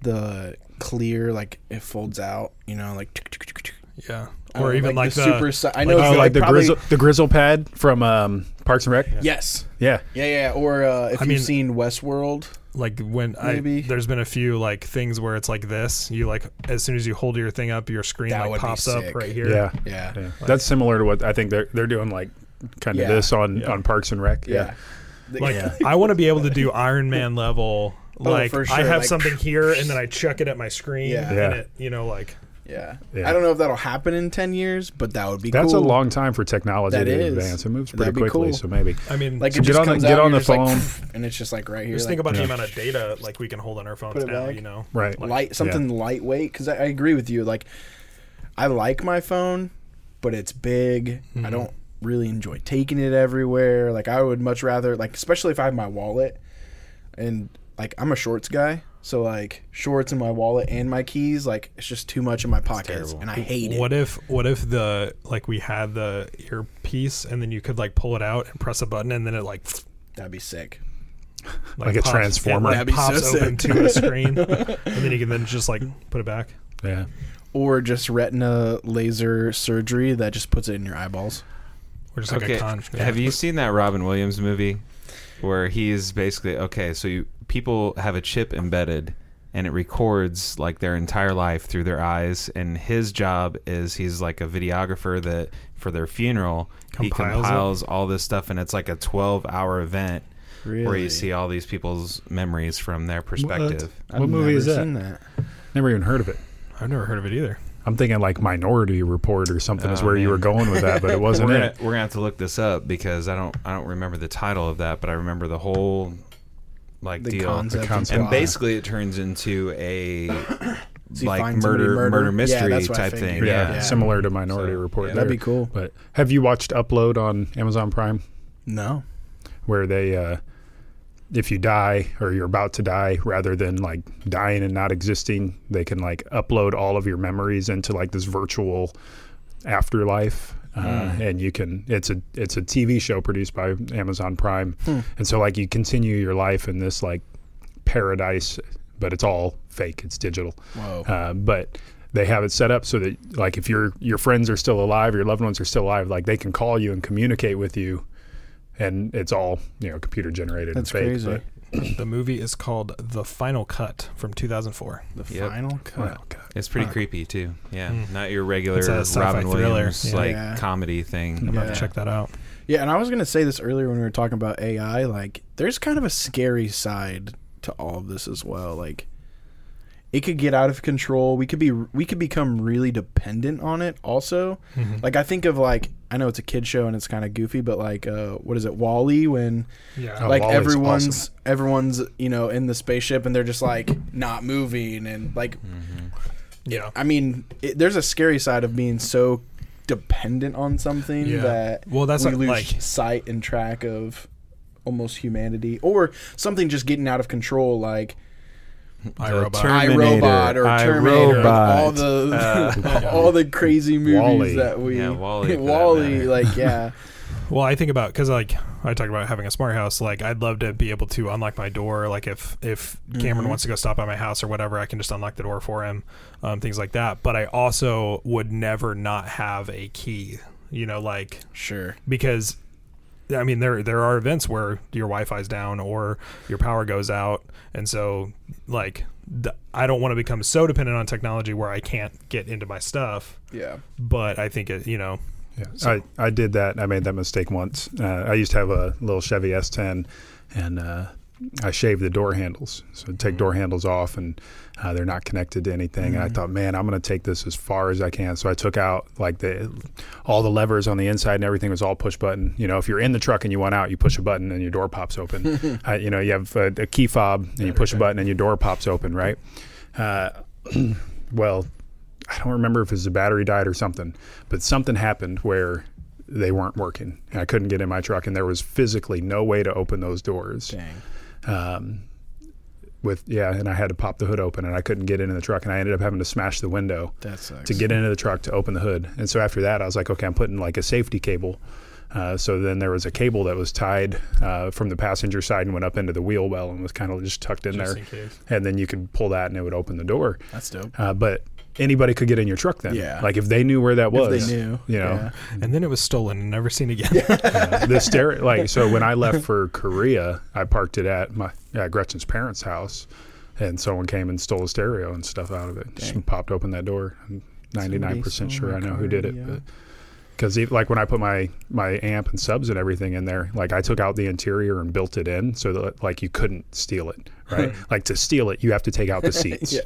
the clear, like it folds out. You know, like. tick, tick, tick, tick. Yeah, I or don't know, even like, the, super. Si- I know. Oh, it's like, the probably- grizzle the grizzle pad from um, Parks and Rec. Yes. yeah. Yeah, yeah. Or uh, if I you've mean- seen Westworld, like when Maybe. I there's been a few like things where it's like this. You like as soon as you hold your thing up, your screen That would like be pops up sick. right here. yeah. yeah. Yeah. That's similar to what I think they're they're doing like kind of Yeah. this on on Parks and Rec. Yeah. like I want to be able to do Iron Man level. Like Oh, for I sure, have like- (laughs) something here, and then I chuck it at my screen, Yeah. and Yeah. it you know like Yeah. Yeah. I don't know if that'll happen in 10 years, but that would be That's cool. a long time for technology That to is. advance. It moves pretty That'd be quickly, cool. so maybe. I mean, Like So it get just on the- comes get out and on the you're just like, phone. (laughs) and it's just like right here. just like, think about yeah. the amount of data like we can hold on our phones Put it now. back. You know, Right. light something lightweight because I, I agree with you like i like my phone but it's big Mm-hmm. i don't really enjoy taking it everywhere like i would much rather like especially if i have my wallet and like i'm a shorts guy so like shorts and my wallet and my keys like it's just too much in my pockets terrible. and i hate it what if what if the like we had the earpiece and then you could like pull it out and press a button and then it like that'd be sick Like a pops- transformer. it, like, That'd be so pops open sick. to a (laughs) screen and then you can then just like put it back. Yeah. or just retina laser surgery that just puts it in your eyeballs Or just like Okay. a con. Have you seen that Robin Williams movie where he's basically okay? So you, people have a chip embedded, and it records like their entire life through their eyes. And his job is he's like a videographer that for their funeral he Compiles it? compiles all this stuff, and it's like a twelve-hour event where you Really? see all these people's memories from their perspective. What movie is that? seen that Never even heard of it. I've never heard of it either. I'm thinking like Minority Report or something is Oh, where you man. were going with that, but (laughs) it wasn't We're gonna, it. we're gonna have to look this up because I don't I don't remember the title of that, but I remember the whole like the deal. concept, concept. and why. basically it turns into a (coughs) So you like find somebody murder, murder murdered? Yeah, mystery that's what I type thing. figured. Yeah. Yeah. Yeah. Similar to Minority So, Report. yeah. there. that'd be cool But have you watched Upload on Amazon Prime? no where they uh, if you die or you're about to die rather than like dying and not existing they can like upload all of your memories into like this virtual afterlife uh, and you can it's a it's a tv show produced by amazon prime and so like you continue your life in this like paradise but it's all fake it's digital whoa uh, but they have it set up so that like if your your friends are still alive, your loved ones are still alive, like they can call you and communicate with you, and it's all you know computer generated. that's and fake, crazy but- The movie is called The Final Cut from 2004. The Yep. final cut. Wow, God. It's pretty Huh. Hmm. creepy too. Yeah, not your regular It's a sci-fi Robin thriller. Williams Yeah. like Yeah. comedy thing. I'm gonna have Yeah. to check that out. Yeah, and I was gonna say this earlier when we were talking about AI. Like, there's kind of a scary side to all of this as well. Like, it could get out of control. We could be we could become really dependent on it. Also, like I think of like I know it's a kid show and it's kind of goofy, but like uh, what is it, Wally? When Yeah. Oh, like Wall-E's everyone's awesome. everyone's you know in the spaceship and they're just like not moving and like Yeah. I mean, it, there's a scary side of being so dependent on something Yeah. that Well, that's we not, lose like- sight and track of almost humanity, or something just getting out of control, like I The robot. Term- Terminator, iRobot or Terminator, and all the (laughs) all the crazy movies Wall-E. that we (laughs) Yeah, Wall-E, for that Wall-E, matter. like yeah, Well, I think about because like I talked about having a smart house. Like I'd love to be able to unlock my door. Like if if Cameron wants to go stop by my house or whatever, I can just unlock the door for him. Um, things like that. But I also would never not have a key. You know, like sure, because I mean there there are events where your Wi-Fi's down or your power goes out, and so like th- I don't want to become so dependent on technology where I can't get into my stuff. yeah, But I think it, you know, Yeah, I, I did that. I made that mistake once. Uh, I used to have a little Chevy S10, and uh, I shaved the door handles. So I'd take door handles off, and uh, they're not connected to anything. And I thought, man, I'm going to take this as far as I can. So I took out like the all the levers on the inside, and everything was all push button. You know, if you're in the truck and you want out, you push a button, and your door pops open. I, you know, you have a, a key fob, and you push a button, and your door pops open, right? Uh, well, I don't remember if it was the battery died or something, but something happened where they weren't working. And I couldn't get in my truck, and there was physically no way to open those doors. dang, Um, with yeah, and I had to pop the hood open, and I couldn't get into the truck, and I ended up having to smash the window that sucks. to get into the truck to open the hood. And so after that, I was like, okay, I'm putting like a safety cable. Uh, so then there was a cable that was tied uh, from the passenger side and went up into the wheel well and was kind of just tucked in Just there. in case. And then you could pull that and it would open the door That's dope. uh, but anybody could get in your truck then. Yeah. Like if they knew where that was, if they knew, You know, yeah. and then it was stolen and never seen again. (laughs) the stereo. Like so, when I left for Korea, I parked it at my at Gretchen's parents' house, and someone came and stole a stereo and stuff out of it. Just popped open that door. I'm 99 percent Somebody sure I stole know my who did it, car, yeah. but because like when I put my my amp and subs and everything in there, like I took out the interior and built it in so that like you couldn't steal it, right? like to steal it, you have to take out the seats.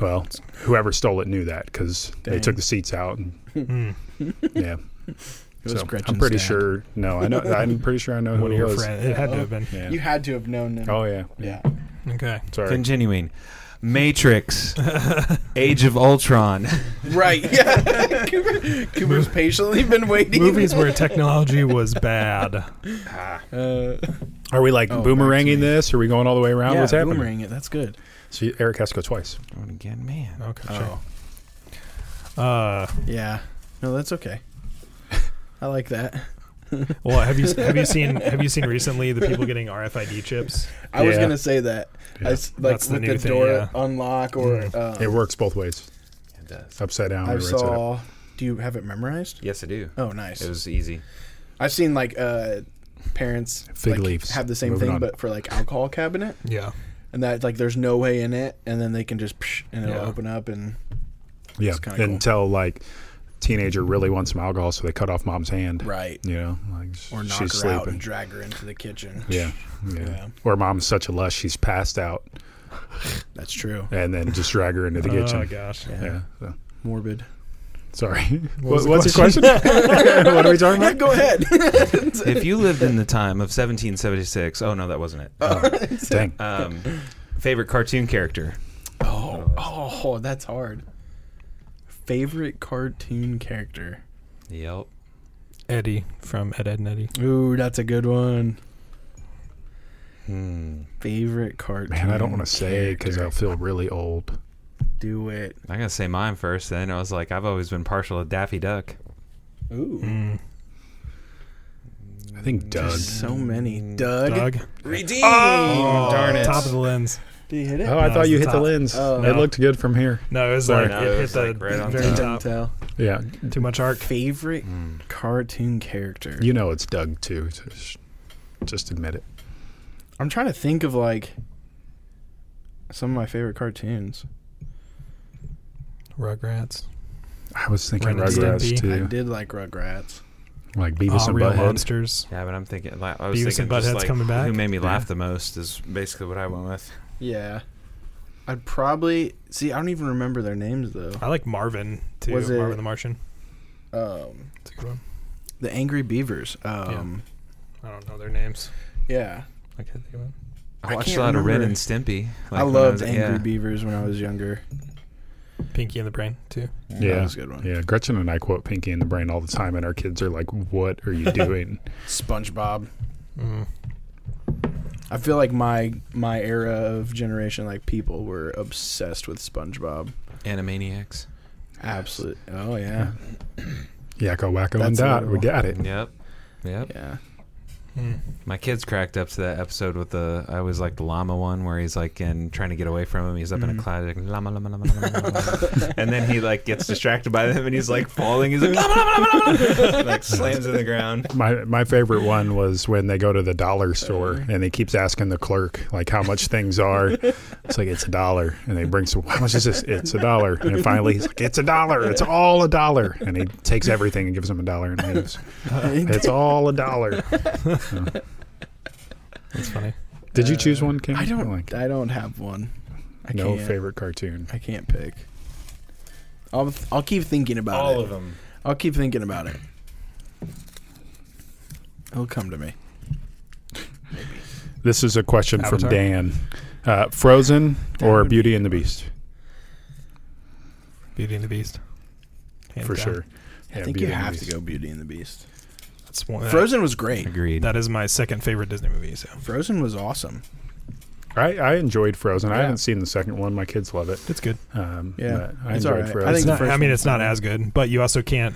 Well, whoever stole it knew that because they Dang. took the seats out and Hmm. (laughs) yeah. It was So, I'm Gretchen's pretty dad. sure. No, I know. (laughs) I'm pretty sure I know who One of Oh, it your was. friends. It had to have been. Yeah. You had to have known them. oh yeah. yeah. Okay. Sorry. Continuing, (laughs) Matrix, Age of Ultron. Right. (laughs) Yeah. Cooper, Cooper's patiently been waiting. Movies where technology was bad. Ah. Uh, Are we like Oh, back to me. boomeranging this? Are we going all the way around? yeah, What's happening? boomerang it. That's good. So Eric has to go twice. Doing it again, man. Okay. Oh. Uh, Yeah. No, that's (laughs) okay. I like that. well, have you have you seen have you seen recently the people getting RFID chips? I was Yeah. gonna say that. I s like That's the with the, new thing, door yeah. unlock or um, It works both ways. It does. Upside down. I or right side up. saw. Do you have it memorized? Yes, I do. Oh, nice. It was (laughs) easy. I've seen like uh, parents Fig like, leaves. have the same Moving thing, on. but for like alcohol cabinet, Yeah. and that like there's no way in it, and then they can just psh, and it'll Yeah. open up and Yeah. It's kinda cool. Until like teenager really wants some alcohol, so they cut off mom's hand. right You know, like s- or knock her she's out and sleeping. drag her into the kitchen. (laughs) Yeah. yeah. Yeah. Or mom's such a lush, she's passed out, That's true. and then just drag her into the Oh kitchen. gosh. Yeah. yeah. so- (laughs) Morbid. Sorry. (laughs) was What the what's (laughs) your question? what are we talking Yeah, about? go ahead. If you lived in the time of 1776, oh no, that wasn't it. Oh, Dang. Um, favorite cartoon character? oh, oh, that's hard. Favorite cartoon character. Yep. Eddie from Ed Ed and Eddie. Ooh, that's a good one. Hmm. Favorite cartoon. Man, I don't want to say because I'll character. feel really old. do it. I gotta say mine first. Then I was like, I've always been partial to Daffy Duck. Ooh, Mm. I think Doug. there's so many. Mm, Doug. Doug. Redeem. Mm, Oh, darn it. Top of the lens. Did you hit it? Oh, I No, thought it's you the hit the top. lens. Oh. It No. looked good from here. No, it was Sorry, like it no, it hit was, the like, right on very top. top. tell. Yeah, (laughs) Too much arc. Favorite cartoon character. you know it's Doug too. so sh- Just admit it. I'm trying to think of like some of my favorite cartoons. Rugrats. I was thinking Ren and Rugrats Stimpy. I too, did like Rugrats. like Beavis Aw, Uh, and real Butthead. monsters. Yeah, but I'm thinking. Like, I was Beavis thinking and just Butthead's like coming back? who made me laugh Yeah. the most is basically what I went with. Yeah. I'd probably see. I don't even remember their names though. I like Marvin too. Was it- Marvin the Martian. Um, It's a good one. the Angry Beavers. Um, I don't know their names. yeah. I can't think of it. I, I watched can't a lot of Ren remember. and Stimpy. I when loved was- Angry yeah. Beavers when I was younger. Pinky and the Brain too. that Yeah, was a good one. yeah. Gretchen and I quote Pinky and the Brain all the time, and our kids are like, "What are you doing?" SpongeBob. Mm. I feel like my my era of generation, like people were obsessed with SpongeBob. Animaniacs. Absolute. Oh (laughs) yeah. Yakko, wacko, and That's a dot. good We one. got it. Yep. Yep. Yeah. Mm. My kids cracked up to that episode with the I always like the llama one where he's like in trying to get away from him. He's up in a cloud like llama llama llama llama, llama, (laughs) llama. (laughs) and then he like gets distracted by them and he's like falling. He's like llama llama llama, llama and, like slams in the ground. My my favorite one was when they go to the dollar store and he keeps asking the clerk like how much things are. It's like it's a dollar, and they bring some. How much is this? It's a dollar, and then finally he's like, "It's a dollar. It's all a dollar." And he takes everything and gives him a dollar and leaves. (laughs) It's all a dollar. That's funny. Did you choose one, Kim? I don't. Like, I don't have one. I no can't. favorite cartoon. I can't pick. I'll I'll keep thinking about it. them. I'll keep thinking about it. It'll come to me. This is a question Avatar? from Dan. Uh, Frozen That or would Beauty and the Beast? Beauty and the Beast. Hands for down. sure. I Yeah, think Beauty you and the have to Beast. go Beauty and the Beast. That's one. Frozen was great. Agreed. That is my second favorite Disney movie. So Frozen was awesome. I, I enjoyed Frozen. I Yeah. haven't seen the second one. My kids love it. it's good. Um, Yeah, but I it's enjoyed alright. I Frozen. think It's the not, first I mean, one's it's not fine. as good, but you also can't.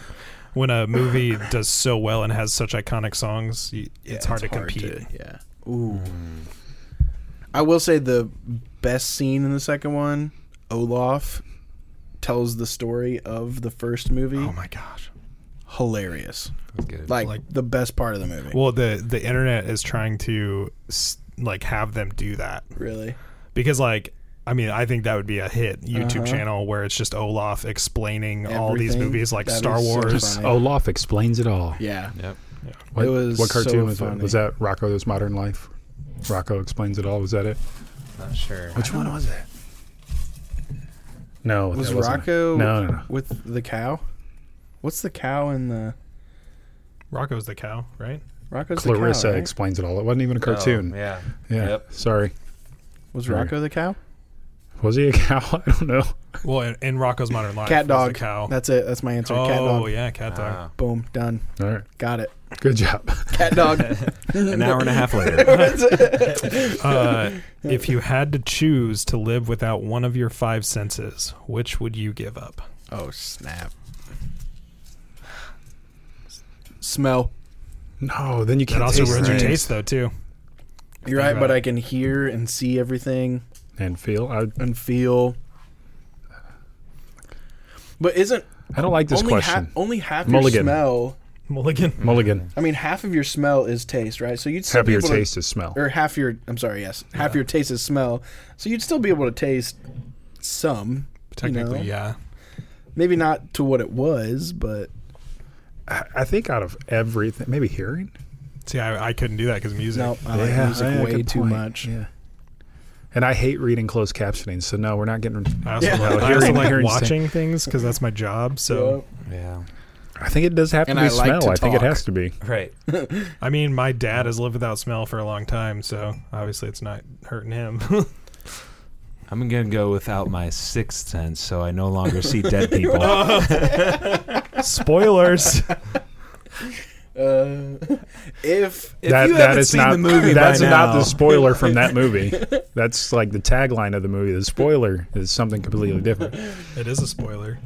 When a movie does so well and has such iconic songs, you, Yeah, it's hard to compete. Mm. yeah. Ooh. I will say the best scene in the second one, Olaf tells the story of the first movie. Oh my gosh! Hilarious. That's good. Like, Like- the best part of the movie. Well, the the internet is trying to s- like have them do that really? because like I mean, I think that would be a hit YouTube channel where it's just Olaf explaining all these Uh-huh. Everything. movies like That Star is so Wars. funny. Olaf explains it all. Yeah. Yep. What, It was what cartoon so was that? funny. Was that Rocco's Modern Life? Rocco explains it all. Was that it? Not sure. Which one was that? No, Was that wasn't it. Rocco No, no, no. with the cow? What's the cow in the Rocco's the cow, right? Rocco's Clarissa the cow? Right? explains it all. It wasn't even a cartoon. Oh, yeah. yeah. Yep. Sorry. Was Sorry. Rocco the cow? Was he a cow? (laughs) I don't know. Well, in, in Rocco's Modern Life, Cat was dog. the cow. That's it. That's my answer. oh cat dog. yeah, cat dog. Ah. Boom. Done. All right. (laughs) Got it. (laughs) Good job. Cat dog. An hour and a half (laughs) later. Oh, uh, if you had to choose to live without one of your five senses, which would you give up? oh snap. Smell. No, then you That can't also taste ruins your things. taste, though, too. You're right, You're but right. I can hear and see everything and feel. I, and feel. But isn't I don't like this only question. half only half your Mulligan. smell? Mulligan. Mulligan. I mean, half of your smell is taste, right? So you'd still Half of be your able to- taste is smell. or half your I'm sorry, yes, half your taste is smell. So you'd still be able to taste some, you know? Technically, yeah. Maybe not to what it was, but I, I think out of everything, maybe hearing. See, I, I couldn't do that because music. no, I like Yeah, music yeah, way good too point. much. Yeah. And I hate reading closed captioning, so no, we're not getting. I also Yeah. like, No, I also hearing- like hearing's watching things because that's my job. So, yeah. I think it does have to And be I like smell. to I think it talk. has to be. Right. I mean, my dad has lived without smell for a long time, so obviously it's not hurting him. (laughs) I'm gonna go without my sixth sense, so I no longer see (laughs) dead people. Spoilers. Uh, (laughs) if (laughs) if that you that haven't is seen not the movie that's by now, not the spoiler (laughs) from that movie. that's like the tagline of the movie. The spoiler is something completely different. it is a spoiler.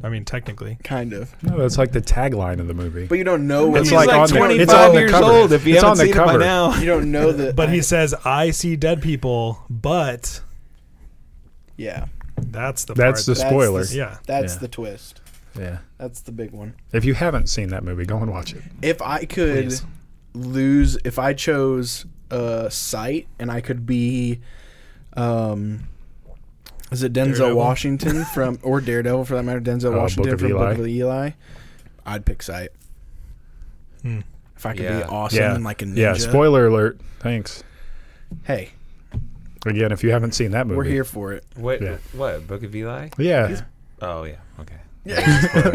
I mean, technically. kind of, No, that's like the tagline of the movie. but you don't know what It's he's like like. on the- it's on the cover. It's on the cover. (laughs) you don't (laughs) know that, But he says, "I see dead people," but yeah, that's the that's the part That's spoiler. the- yeah. that's Yeah. the twist. yeah. That's the big one. If you haven't seen that movie, go and watch it. If I could Please. lose, if I chose a site and I could be, um, is it Denzel Daredevil? (laughs) Washington from or Daredevil for that matter? Denzel Uh, Washington Book of from Eli. Book of Eli. I'd pick site. Hmm. If I could be Yeah. awesome Yeah. and like a ninja. Yeah. Spoiler alert. Thanks. Hey, Again, if you haven't seen that movie, we're here for it. What? Yeah. What? Book of Eli? (laughs) Yeah. Oh yeah. Okay.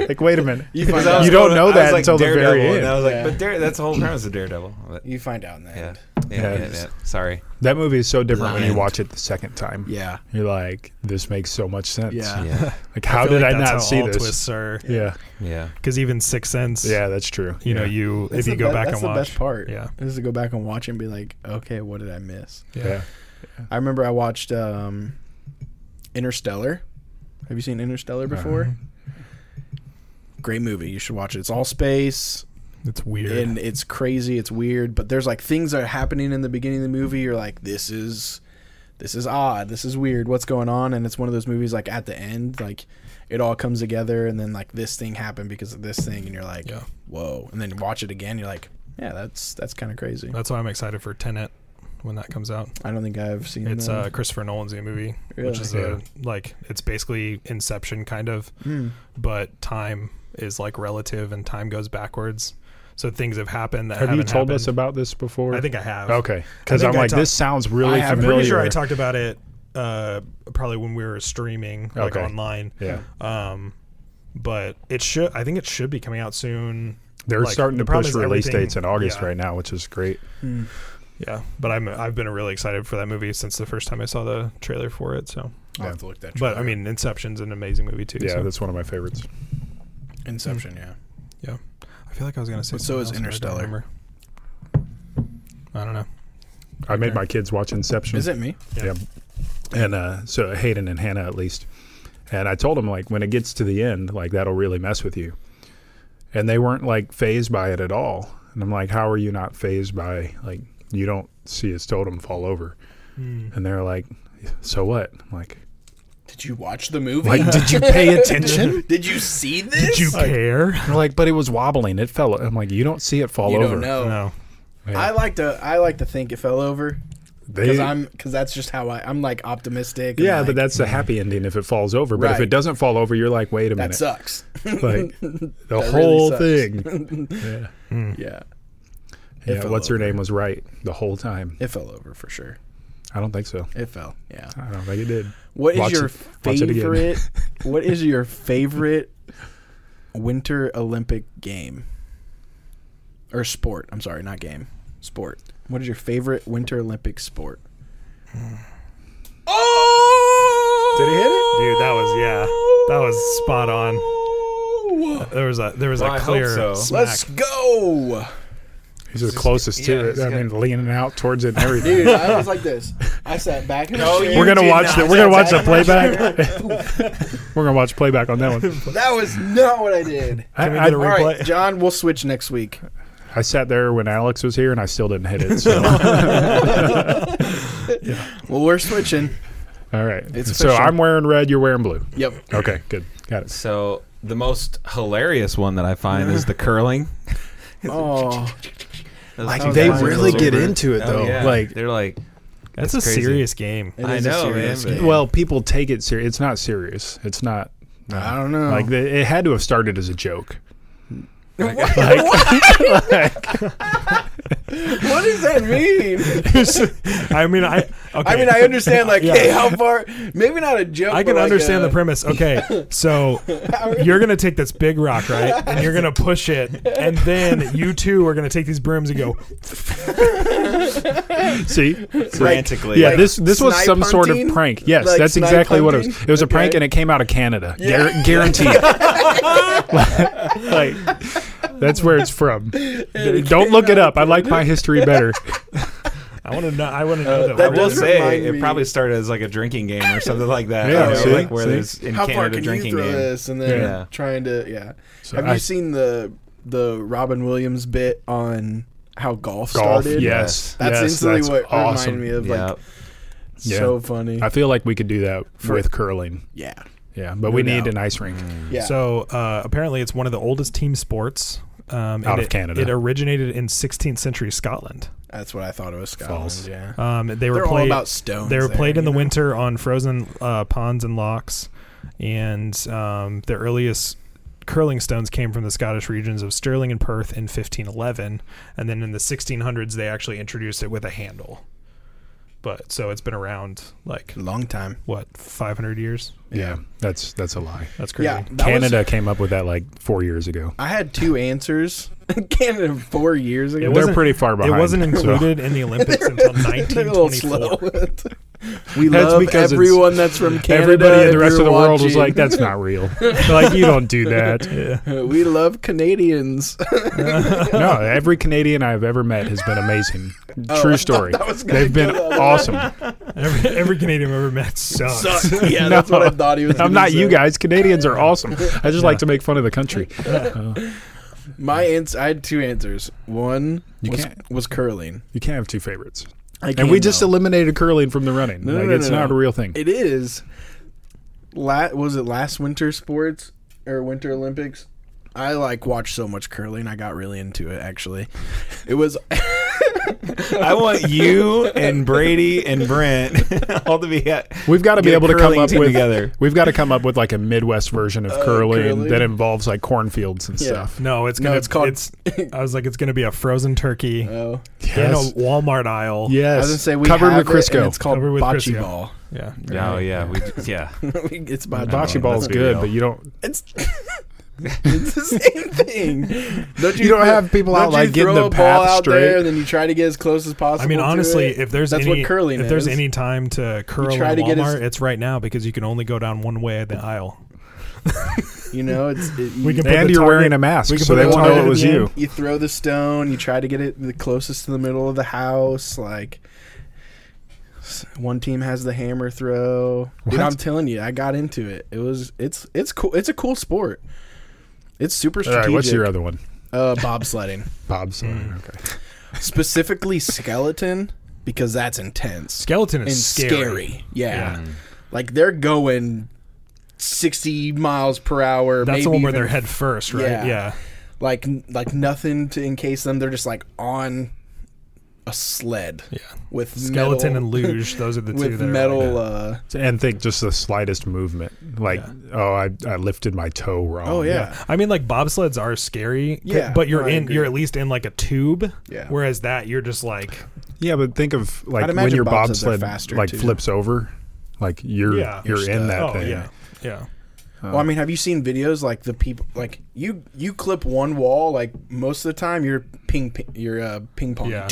like, wait a minute. (laughs) (laughs) You find I out. was You don't going- know I was that like, until the Daredevil, very and end. I was like, Yeah. but Dare, that's the whole premise of Daredevil. But- you find out in the yeah. end. Yeah, Yeah. yeah, yeah. Sorry. That movie is so different when you Land. watch it the second time. Yeah. You're like, this makes so much sense. Yeah. (laughs) Yeah. Like, I how feel did like I that's not how see all this? twists are Yeah. Yeah. because even Sixth Sense. Yeah, that's true. You know, Yeah. you That's if you the go be- back that's and watch. the best part. Yeah. Is to go back and watch and be like, okay, what did I miss? Yeah. I remember I watched um, Interstellar. Have you seen Interstellar before? Uh-huh. Great movie. You should watch it. It's all space It's weird. and it's crazy. It's weird, but there's like things that are happening in the beginning of the movie. You're like, this is this is odd. This is weird. What's going on? And it's one of those movies like at the end, like it all comes together, and then like this thing happened because of this thing, and you're like, Yeah. whoa. And then you watch it again. You're like, yeah, that's that's kind of crazy. that's why I'm excited for Tenet when that comes out. I don't think I've seen. It's that. uh, Christopher Nolan's new movie, Really? which is Yeah. a like it's basically Inception kind of, Hmm. but time is like relative and time goes backwards, so things have happened that Have you haven't told us happened. about this before? I think I have. Okay, because I I'm think I like, talked- this sounds really I have- I'm I'm familiar. pretty sure I talked about it uh, probably when we were streaming like Okay. online. Yeah, Um, but it should. I think it should be coming out soon. they're Like, starting the to problem push is release everything- dates in August yeah. right now, which is great. Hmm. Yeah, but I'm I've been really excited for that movie since the first time I saw the trailer for it. So, I'll Yeah. have to look that. but I mean, Inception's an amazing movie too. Yeah, so. that's one of my favorites. Inception, yeah. Yeah, I feel like I was gonna say. But so is something else, but I don't Interstellar. remember. I don't know. I made my kids watch Inception. Is it me? Yeah. And uh, so Hayden and Hannah at least. And I told them like when it gets to the end, like that'll really mess with you. And they weren't like phased by it at all. And I'm like, how are you not phased by like you don't see his totem fall over? Hmm. And they're like, so what? I'm like, Did you watch the movie? like did (laughs) you pay attention? Did you see this? Did you care? They're like, but it was wobbling. It fell. I'm like, you don't see it fall You over. don't know. No. Yeah. I like to I like to think it fell over. They, because I'm because that's just how I I'm like optimistic. and, (laughs) yeah, like, but that's the happy ending if it falls over. But if Right. it doesn't fall over, you're like, wait a that (laughs) minute, sucks. like the really whole sucks. (laughs) thing. yeah, yeah, It yeah. fell What's her name was right the whole time. it fell over for sure. I don't think so. It fell. Yeah. I don't think it did. What is Uh, Watch your it- watch it again. favorite? (laughs) what is your favorite Winter Olympic game or sport? I'm sorry, not game, sport. What is your favorite Winter Olympic sport? Did he hit it? Dude, that was yeah, Oh! that was spot on. There was a there was Well, I a hope clear so. smack. Let's go, He's the closest yeah, to it. he's I got- mean, leaning out towards it and everything. dude. I was like this. I sat back. In No, the chair. you We're gonna did watch not. the we're gonna watch the That's playback. we're gonna watch playback on that one. That was not what I did. I, we get a I- All right, Replay. John. We'll switch next week. I sat there when Alex was here and I still didn't hit it. So Well, we're switching. all right. It's so official. I'm wearing red. You're wearing blue. (laughs) Yep. Okay, good. Got it. So the most hilarious one that I find is the curling. Oh, Those Like, two they guys really roll get over. into it, Oh, though. yeah. Like- they're like, That's It's a crazy. serious game. it I is a know, serious man, game. Well, people take it serious. It's not serious. It's not. no. I don't know. Like the, it had to have started as a joke. What? what does that (laughs) mean? I mean, I okay. (laughs) I mean, I understand, (laughs) like, Yeah. hey, how far? Maybe not a joke. I but can like uh, understand a- the premise. (laughs) Okay, so you're gonna take this big rock, right? And you're gonna push it, and (laughs) then you two are gonna take these brooms and go. See, frantically. yeah, Like this this was snipe some sort of hunting? prank. Yes, Like that's snipe exactly what it was. hunting? It was a prank, Okay. and it came out of Canada, Yeah. Guar- guaranteed. (laughs) like, that's where it's from. Don't look it up. I like my history better. (laughs) I want to know. I want to know that. I Uh, that what will does was- say remind it me- probably started as like a drinking game (laughs) or something like that. Yeah, you know, see? like where See? there's in How far Canada can you drinking throw game. this? And then Yeah. trying to, yeah. So Have I- you seen the the Robin Williams bit on how golf, golf? started? Yes, That's yes, instantly that's what awesome. reminded me of. Yeah. Like, so funny. I feel like we could do that For- with curling. yeah. Yeah, but we doubt. need Mm, an ice rink. Yeah. So uh, apparently, it's one of the oldest team sports. Um, and Out of it- Canada. it originated in 16th century Scotland. That's what I thought it was Scotland. False. Uh, Yeah. Um, they were They're all played. about stones. They were there, played in the you know? winter on frozen uh, ponds and locks, and um, the earliest curling stones came from the Scottish regions of Stirling and Perth in 1511, and then in the 1600s they actually introduced it with a handle. But so it's been around like Long time. what 500 years? Yeah, that's that's a lie. That's crazy. Yeah. that was- Canada came up with that like four years ago. I had two answers. (laughs) Canada four years ago. It They're wasn't- pretty far It behind. wasn't (laughs) so- included in the Olympics until (laughs) They're a little slow. (laughs) 1924. we That's love because it's- everyone that's (laughs) from Canada. Everybody in the if rest of you're the world was watching. like, "That's not (laughs) real. like, you don't do that." Yeah. (laughs) We love Canadians. (laughs) No, every Canadian I've ever met has been amazing. True story. They've been awesome. Every, every Canadian I've ever met (laughs) sucks. yeah, (laughs) No. that's what I thought he was. I'm gonna not you say. guys. Canadians are awesome. I just like to make fun of the country. Uh, My ans- I had two answers. One You was, can't- was curling, you can't have two favorites. I And we can, just though. eliminated curling from the running. No, no, like, no, it's no, not no. a real thing. it is. La- was it last winter sports or Winter Olympics? I like watched so much curling. I got really into it. Actually, it was (laughs) I want you and Brady and Brent (laughs) all to be. At, We've got to be get a able to come curling up team with. together. (laughs) We've got to come up with like a Midwest version of curling, curling. that involves like cornfields and Yeah. stuff. No, it's No, gonna. it's called- It's, I was like, it's gonna be a frozen (laughs) turkey oh, in a Yes. Walmart aisle. I Yes. was gonna say we covered have with it, and Crisco. it's called Covered with bocce Crisco. ball. (laughs) Yeah. Oh yeah, we yeah. it's bocce, Bocce ball. ball is Let's be good, real. but you don't. It's (laughs) it's the same thing. Don't You don't have people out don't you like throw getting the a path ball out there straight. and then you try to get as close as possible. I mean, to honestly, it. if there's that's any, what curling if there's is. any time to curl in try to Walmart, get as- it's right now because you can only go down one way of the aisle. you know, it's it, you, We can put And the you're target- wearing a mask, we can so put they the won't know target it at was the you. end. you throw the stone, you try to get it the closest to the middle of the house. Like s- one team has the hammer throw. Dude, What? I'm telling you, I got into it. It was it's it's cool. It's a cool sport. It's super All strategic. right, what's your other one? uh, bobsledding? Bob's. Mm, Okay. Specifically skeleton because that's intense. Skeleton and is scary. Yeah. Yeah. Like they're going 60 miles per hour. That's maybe the one where even- they're head first, right? Yeah. Yeah. like like nothing to encase them. They're just like on a sled Yeah. with Skeleton metal, and luge. Those are (laughs) the two with that are metal. like, uh, and think just the slightest movement, like oh, I, I lifted my toe wrong. oh yeah, I mean, like bobsleds are scary. c- Yeah, But you're no, I in. agree. You're at least in like a tube. Yeah. Whereas that, you're just like. Yeah, but think of like when imagine your bobsleds are bobsled faster, like too. flips over, like you're Yeah. you're, You're stuck. in that Oh thing. yeah. Yeah. Well, I mean, have you seen videos like the people like you you clip one wall like most of the time you're ping, ping you're uh, ping pong Yeah.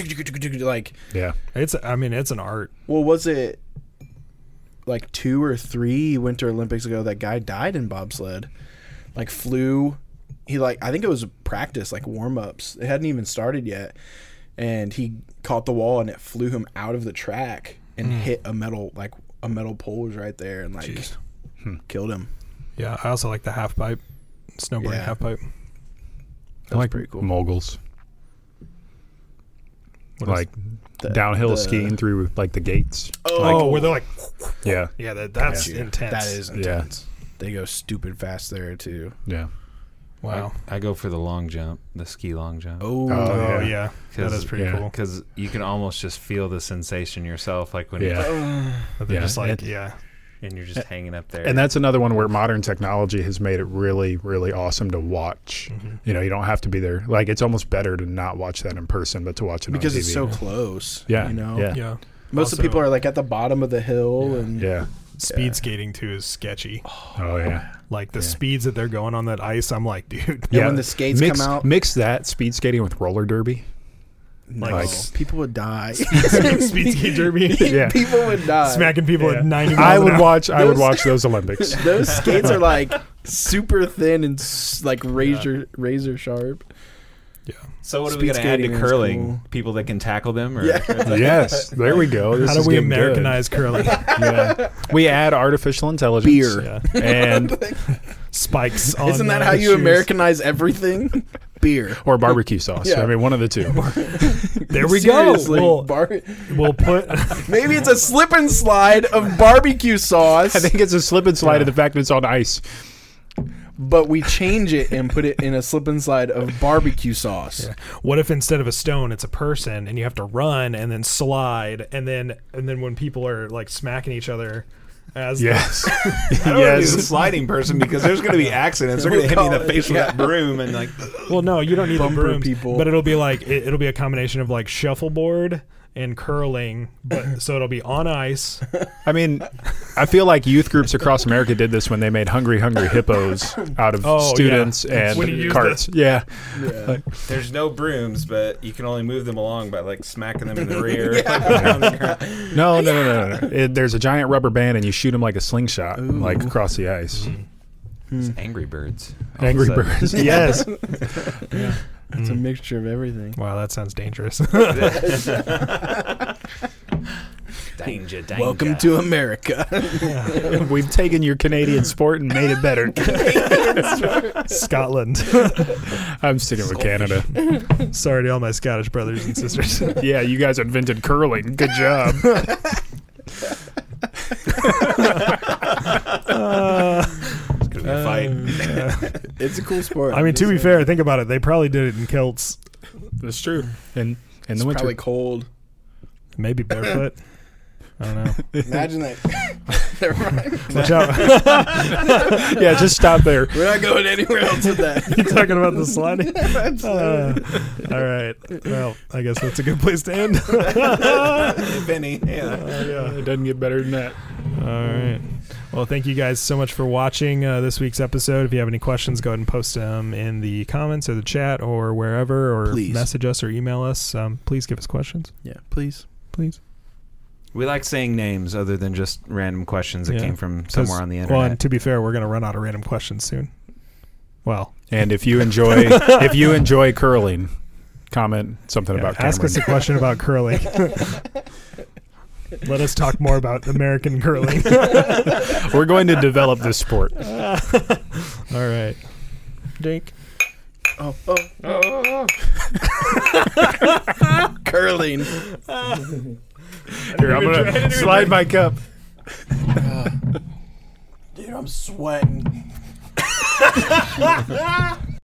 like Yeah. It's. I mean, it's an art. well was it like two or three Winter Olympics ago that guy died in bobsled like flew he like I think it was practice like warm ups it hadn't even started yet and he caught the wall and it flew him out of the track and Hmm. hit a metal like a metal pole was right there and like Jeez. Hmm. killed him Yeah. I also like the half pipe, snowboarding Yeah. half pipe. I like pretty cool. moguls. What is- like The- downhill the- skiing through like the gates. oh, where they're like. Yeah, Yeah. That, that's Yeah. intense. That is Yeah. intense. They go stupid fast there too. yeah. Wow. I go for the long jump, the ski long jump. Oh, Oh, Oh yeah. yeah. That 'Cause- is pretty yeah. cool. Because you can almost just feel the sensation yourself, like when Yeah. Oh. you're, But they're Yeah. just like And- yeah. and you're just hanging up there. And that's another one where modern technology has made it really, really awesome to watch. Mm-hmm. You know, you don't have to be there. Like it's almost better to not watch that in person, but to watch it because on TV. it's so close. Yeah, you know, yeah. Yeah. most of the Also, people are like at the bottom of the hill, and yeah. speed Yeah. skating too is sketchy. Oh yeah. Like the speeds that they're going on that ice, I'm like, dude. Yeah. yeah. when the skates mix, come out- mix that speed skating with roller derby. no, Like- people would (laughs) die. (laughs) speed skate derby, Yeah. people would die. smacking people Yeah. at 90 miles I an would hour. watch. I would Those- watch those (laughs) Olympics. Those skates are (laughs) like super thin and s- like razor razor sharp. so what are we speed going to add to skating is curling? cool. People that can tackle them? Or, Yeah. (laughs) yes, there we go. Oh, This How is do we getting good. Americanize curling? Yeah. (laughs) We add artificial intelligence. Beer. Yeah. and (laughs) Spikes on Isn't that uh, how you shoes. (laughs) Americanize everything? Beer. or barbecue sauce. Yeah. I mean, one of the two. There we Seriously, go. We'll, bar- we'll put (laughs) maybe it's a slip and slide of barbecue (laughs) sauce. (laughs) I think it's a slip and slide of the fact that it's on ice. but we change it and put it in a slip and slide of barbecue sauce. what if instead of a stone it's a person and you have to run and then slide and then and then when people are like smacking each other as (laughs) Yes. I don't yes. Yes. a sliding person because there's going to be accidents. They're going to hit me in the face with that broom and like Well, no, you don't need Bumper the brooms, people. but it'll be like it, it'll be a combination of like shuffleboard and curling, but so it'll be on ice. I mean, I feel like youth groups across America did this when they made hungry, hungry hippos out of Oh, yeah. students When you and use carts. Yeah. (laughs) there's no brooms, but you can only move them along by like smacking them in (laughs) the rear. No, no, no, no. no. It, there's a giant rubber band and you shoot them like a slingshot, like across the ice. Angry Birds. Angry Birds. yes. It's mm. a mixture of everything. Wow, that sounds dangerous. (laughs) (laughs) Danger, danger. Welcome to America. (laughs) We've taken your Canadian sport and made it better. Scotland. I'm sticking with Canada. Sorry to all my Scottish brothers and sisters. Yeah, you guys invented curling. Good job. Uh, It's gonna be a fight. it's a cool sport. I mean, to be fair, think about it. They probably did it in kilts, That's true. And in it's the winter, probably cold. maybe barefoot. I don't know. Imagine that. (laughs) Never mind. Watch out! (laughs) yeah, just stop there. We're not going anywhere else with (laughs) that. you talking about the (laughs) sliding? Absolutely. Uh, all right. Well, I guess that's a good place to end. if any. Yeah. (laughs) yeah. uh, It doesn't get better than that. All right. Well, thank you guys so much for watching uh, this week's episode. If you have any questions, go ahead and post them in the comments or the chat or wherever, or Please. message us or email us. Um, please give us questions, Yeah, please. please. We like saying names other than just random questions that Yeah. came from 'Cause- somewhere on the Well, and internet. to be fair, we're going to run out of random questions soon. Well, And if you enjoy, if you enjoy curling, comment something yeah, about ask Cameron. us a question (laughs) about curling. Let us talk more about American (laughs) curling. All We're going to develop this sport. right. Jake. Oh, oh, oh. (laughs) Curling. Here, I'm gonna slide my cup. Dude, I'm sweating.